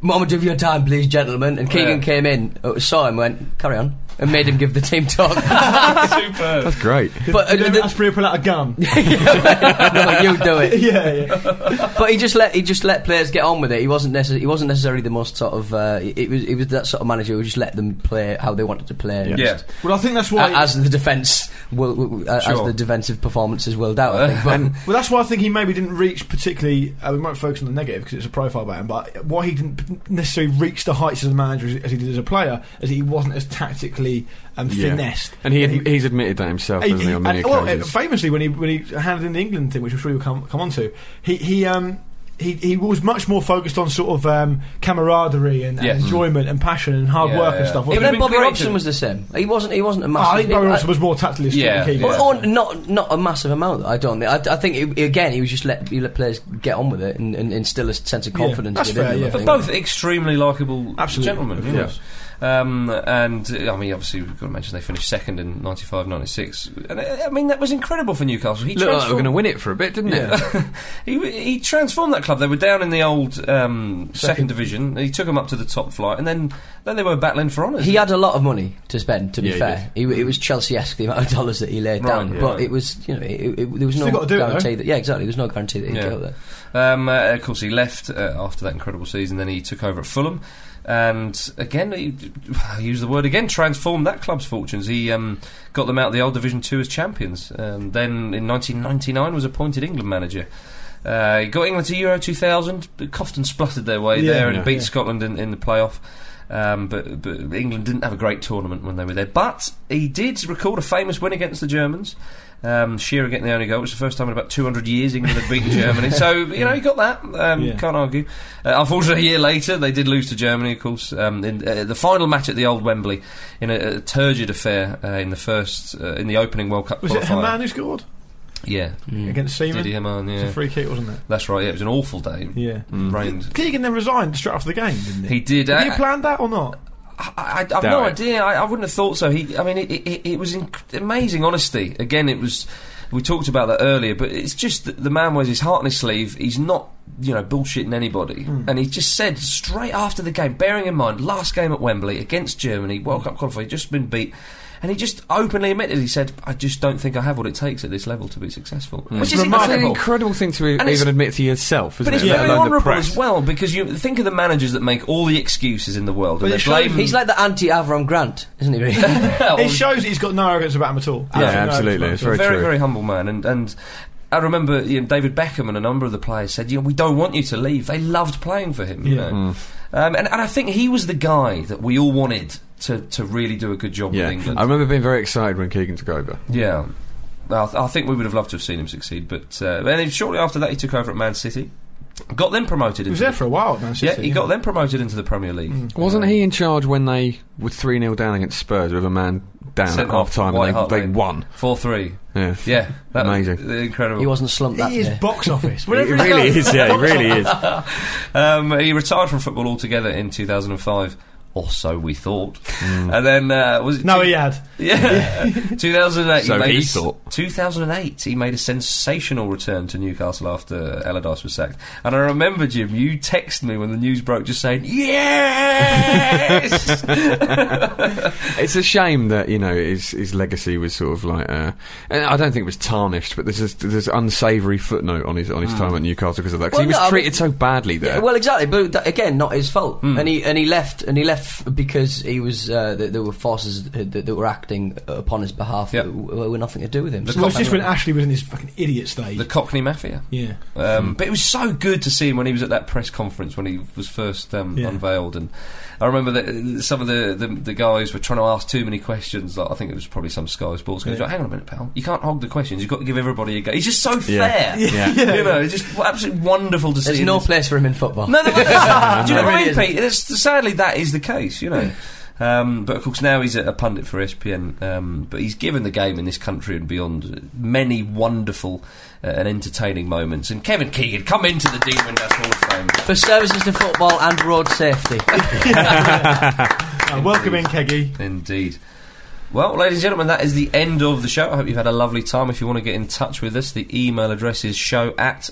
S5: "Moment of your time, please, gentlemen." And Keegan
S3: Yeah.
S5: came in, uh, saw him, went "Carry on," and made him give the team talk.
S3: Superb.
S6: that's great.
S5: but uh,
S4: Did
S5: the-
S4: Asprey pull out a gun?
S5: no, you do it.
S4: yeah, yeah.
S5: But he just let he just let players get on with it. He wasn't necessarily he wasn't necessarily the most sort of uh, it was it was that sort of manager who just let them play how they wanted to play. and
S3: Yeah.
S5: just-
S4: Well, I think that's
S5: Uh,
S4: why.
S5: as the defence will, will- uh,
S3: Sure.
S5: as the defensive performances willed out. I think. But
S4: Uh,
S5: um,
S4: Well, that's why I think he maybe didn't reach particularly. Uh, we might focus on the negative because it's a profile about him, but why he didn't necessarily reach the heights as a manager as, as he did as a player, as he wasn't as tactically um,
S6: Yeah.
S4: finessed.
S6: And he had, he's admitted that himself,
S4: He-
S6: hasn't he,
S4: he-
S6: on many
S4: and- well,
S3: uh,
S4: uh,
S6: occasions?
S4: famously, when he when he handed in the England thing, which I'm sure you'll come come on to, he he um. He, he was much more focused on sort of um, camaraderie and, and
S3: Yes.
S4: enjoyment and passion and hard
S3: Yeah,
S4: work and
S3: yeah.
S4: stuff.
S5: even
S4: wasn't
S5: then,
S4: he?
S5: Bobby
S3: great,
S5: Robson
S3: didn't
S5: was the same. He wasn't. He wasn't a
S4: Oh, I
S5: massive.
S4: think Bobby Robson was more tactically
S3: Yeah,
S4: astute than Keegan.
S3: yeah.
S5: Or, or not, not a massive amount. though, I don't. think. I, I think it, again, he was just let you let players get on with it and, and instill a sense of
S4: Yeah,
S5: confidence
S4: that's
S5: within
S4: fair,
S5: them. I
S4: yeah.
S3: But
S5: think.
S3: both extremely likable
S4: Absolutely, of
S3: gentlemen. Yeah.
S4: course.
S3: Um, and uh, I mean, obviously, we've got to mention they finished second in 95 96. And uh, I mean, that was incredible for Newcastle. He
S6: Looked like they were
S3: transformed-
S6: going to win it for a bit, didn't it?
S3: he, he transformed that club. They were down in the old um, second. division. He took them up to the top flight, and then then they were battling for honours.
S5: He had a lot of money to spend. To be
S6: Yeah, he
S5: fair, he, it was Chelsea-esque the amount of dollars that he laid
S3: Right,
S5: down.
S3: yeah.
S5: But it was, you know, it, it, there was
S4: Still
S5: no
S4: gotta do it, though.
S5: guarantee that. Yeah, exactly. There was no guarantee that he'd
S3: Yeah.
S5: get up there.
S3: Um, uh, of course, he left uh, after that incredible season. Then he took over at Fulham, and again, he, I use the word again, transformed that club's fortunes. He um, got them out of the old Division Two as champions. Um, then in 1999, was appointed England manager. Uh, he got England to Euro 2000. Coughed and spluttered their way
S4: Yeah,
S3: there and
S6: yeah.
S3: beat Scotland in, in the playoff. Um, but, but England didn't have a great tournament when they were there. But he did record a famous win against the Germans. Um, Shearer getting the only goal. It was the first time in about 200 years England had beaten Germany. So, you know, he got that. Um,
S4: Yeah.
S3: Can't argue. Uh, unfortunately, a year later, they did lose to Germany, of course, um, in uh, the final match at the old Wembley in a, a turgid affair uh, in the first, uh, in the opening World Cup
S4: Was it
S3: qualifier.
S4: Herman who scored
S3: Yeah,
S6: Mm.
S4: against Seaman?
S3: Didi Herman,
S4: It's
S3: yeah.
S4: a free kick, wasn't it?
S3: That's right, yeah. It was an awful day.
S4: Yeah.
S6: Mm.
S3: It rained.
S4: Keegan then resigned straight after the game, didn't he?
S3: He did.
S4: Did he
S3: uh,
S4: plan that or not?
S3: I, I, I've no
S6: Doubt it.
S3: idea. I, I wouldn't have thought so. He, I mean, it, it, it was inc- amazing honesty. Again, it was. We talked about that earlier, but it's just that the man wears his heart on his sleeve. He's not, you know, bullshitting anybody. And he just said straight after the game, bearing in mind last game at Wembley against Germany, World Cup qualifier, just been beat. And he just openly admitted, he said, I just don't think I have what it takes at this level to be successful. Which is
S4: Remarkable.
S6: Mm. Hmm. It's an
S3: incredible.
S6: incredible thing to
S3: And
S6: even
S3: it's-
S6: admit to yourself, isn't
S3: But it's
S6: it? Let
S3: very
S6: alone the
S3: honourable
S6: press.
S3: as well because you think of the managers that make all the excuses in the world and
S4: But
S3: they
S4: it shows-
S3: blame.
S5: He's like the anti-Avram Grant, isn't he? Really?
S3: oh,
S4: It shows that he's got no arrogance about him at all.
S6: Yeah, absolutely. It's very,
S3: very, very,
S6: true.
S3: humble man. And, and I remember you know, David Beckham and a number of the players said, you know, we don't want you to leave. They loved playing for him. You
S4: Yeah.
S3: know?
S6: Mm.
S3: um, and, and I think he was the guy that we all wanted to, to really do a good job
S6: yeah,
S3: with England.
S6: I remember being very excited when Keegan took over.
S3: yeah. I, th- I think we would have loved to have seen him succeed. But uh, and then shortly after that, he took over at Man City. Got them promoted.
S4: He was
S3: Into
S4: there
S3: the-
S4: for a while, man. Mm.
S3: yeah, he got them promoted into the Premier League.
S6: Wasn't
S3: Um,
S6: he in charge when they were 3 0 down against Spurs with a man down at
S3: Sent
S6: half
S3: off
S6: time
S3: White
S6: and
S3: Hart
S6: they, they
S3: Lane.
S6: won?
S3: Four three.
S6: Yeah.
S3: Yeah, that
S6: Amazing.
S3: Was incredible.
S5: he wasn't slumped that
S4: He is
S5: day.
S4: box office.
S6: It
S4: Whatever
S6: really is, yeah, it really is.
S3: Um, he retired from football altogether in 2005, or so we thought.
S6: Mm.
S3: And then uh, was it
S4: No,
S3: two-
S4: he had.
S3: yeah, 2008.
S6: So
S3: made
S6: he
S3: a s-
S6: thought.
S3: 2008, he made a sensational return to Newcastle after Allardyce was sacked. And I remember Jim, you texted me when the news broke, just saying yes.
S6: It's a shame that you know his his legacy was sort of like, uh, and I don't think it was tarnished, but there's this, there's unsavoury footnote on his on his
S3: Mm.
S6: time at Newcastle because of that. 'Cause
S5: Well,
S6: he was
S5: no, I mean-
S6: treated so badly there.
S3: Hmm.
S5: Yeah, well, exactly, but that, again, not his fault. And he and he left and he left f- because he was uh, th- there were forces that, that were acting upon his behalf
S3: Yep.
S5: that w- were nothing to do with him.
S4: It was just when Ashley was in this fucking idiot stage.
S3: The Cockney Mafia.
S4: yeah.
S3: Um, but it was so good to see him when he was at that press conference when he was first um,
S4: Yeah.
S3: unveiled, and I remember that uh, some of the, the the guys were trying to ask too many questions. Like I think it was probably some Sky Sports guy. He's
S4: Yeah.
S3: like, "Hang on a minute, pal, you can't hog the questions. You've got to give everybody a go." He's just so
S6: Yeah.
S3: fair,
S6: Yeah.
S3: you know. It's just absolutely wonderful to
S5: There's
S3: see. in
S5: no
S3: this-
S5: place for him in football.
S3: no, there isn't. Do you know
S5: There
S3: what I
S5: really
S3: mean,
S5: isn't.
S3: Pete? It's, sadly, that is the case, you know. Um, but of course, now he's a, a pundit for E ESPN. Um, but he's given the game in this country and beyond many wonderful uh, and entertaining moments. And Kevin Keegan, come into the Dean Windass Hall of Fame.
S5: For services to football and road safety.
S4: Uh, welcome in, Keggy.
S3: Indeed. Well, ladies and gentlemen, that is the end of the show. I hope you've had a lovely time. If you want to get in touch with us, the email address is show at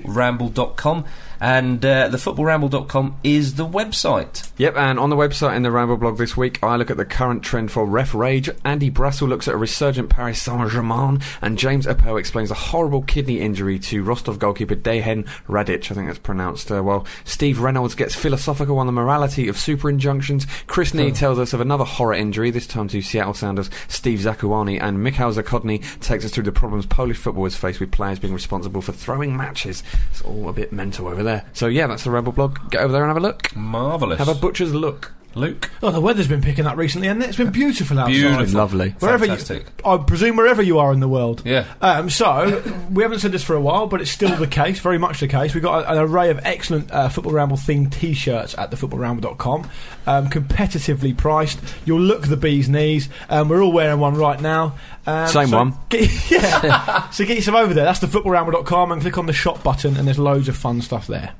S3: thefootballramble.com. And uh, thefootballramble.com is the website.
S6: Yep, and on the website in the Ramble blog this week, I look at the current trend for ref rage. Andy Brassel looks at a resurgent Paris Saint Germain, and James Eppo explains a horrible kidney injury to Rostov goalkeeper Dehen Radic. I think that's pronounced uh, well. Steve Reynolds gets philosophical on the morality of super injunctions. Chris Nee tells us of another horror injury, this time to Seattle Sounders Steve Zakuani, and Mikhail Zakodny takes us through the problems Polish football is faced with players being responsible for throwing matches. It's all a bit mental over there. So, yeah, that's the Ramble blog. Get over there and have a look.
S3: Marvellous.
S6: Have a butcher's look.
S3: Luke.
S4: Oh, the weather's been picking up recently, and it's been beautiful outside.
S3: Beautiful.
S6: Lovely.
S4: Wherever
S3: Fantastic.
S4: you, I presume wherever you are in the world.
S3: Yeah.
S4: Um, so we haven't said this for a while, but it's still the case, very much the case. We've got a- an array of excellent uh, football ramble themed T-shirts at thefootballramble.com, um, competitively priced. You'll look the bee's knees. Um, we're all wearing one right now. Um,
S6: Same
S4: so
S6: one.
S4: Get, yeah. so get yourself over there. That's thefootballramble.com, and click on the shop button, and there's loads of fun stuff there.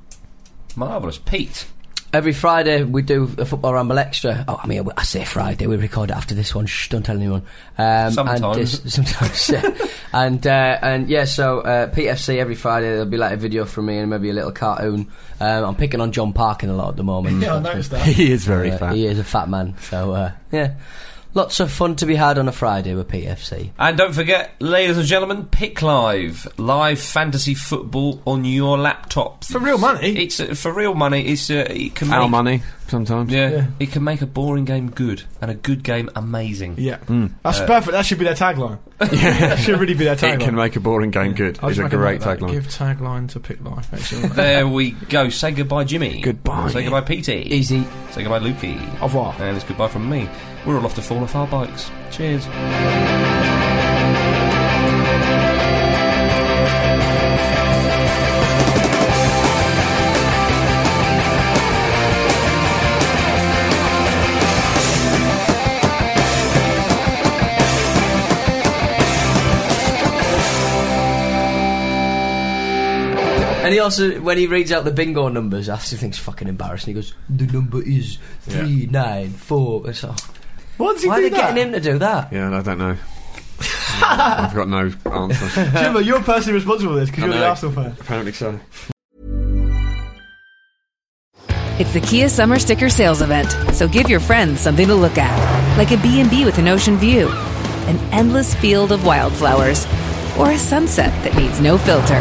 S3: Marvellous. Pete.
S5: Every Friday we do a football ramble extra. Oh, I mean, I say Friday. We record it after this one. Shh, don't tell anyone. Um, And,
S3: Sometimes.
S5: this- sometimes. yeah. and uh, and yeah, so uh, PFC every Friday there'll be like a video from me and maybe a little cartoon. Um, I'm picking on John Parkin a lot at the moment.
S4: Yeah, I noticed that.
S6: He is very
S5: Uh,
S6: fat.
S5: He is a fat man. So uh, yeah, lots of fun to be had on a Friday with PFC.
S3: And don't forget, ladies and gentlemen, Pick Live. Live fantasy football on your laptop.
S4: For real money.
S3: It's uh, for real money. It's uh, it can
S6: Our
S3: make,
S6: money sometimes.
S3: Yeah,
S4: Yeah.
S3: it can make a boring game good and a good game amazing.
S4: Yeah, that's perfect. That should be their tagline. that should really be their tagline.
S6: Hmm. Uh, It can make a boring game good.
S4: I'll
S6: It's
S4: just
S6: a
S4: make a
S6: great
S4: note of that.
S6: tagline.
S4: Give tagline to pick life. Excellent.
S3: There we go. Say goodbye, Jimmy.
S6: Goodbye.
S3: Say goodbye, Petey.
S5: Easy.
S3: Say goodbye, Lukey.
S4: Au revoir.
S3: And it's goodbye from me. We're all off to fall off our bikes. Cheers.
S5: And he also, when he reads out the bingo numbers, I actually think it's fucking embarrassing. He goes, "The number is three nine four." It's like,
S4: What does he
S5: Why are
S4: do
S5: they
S4: that?
S5: getting him to do that?
S6: Yeah, I don't know. I've got no answer.
S4: Jimbo, you're personally responsible for this because
S6: I
S4: you're the
S6: know.
S4: Arsenal fan.
S6: Apparently so.
S7: It's the Kia Summer Sticker Sales Event, so give your friends something to look at, like a B&B with an ocean view, an endless field of wildflowers, or a sunset that needs no filter.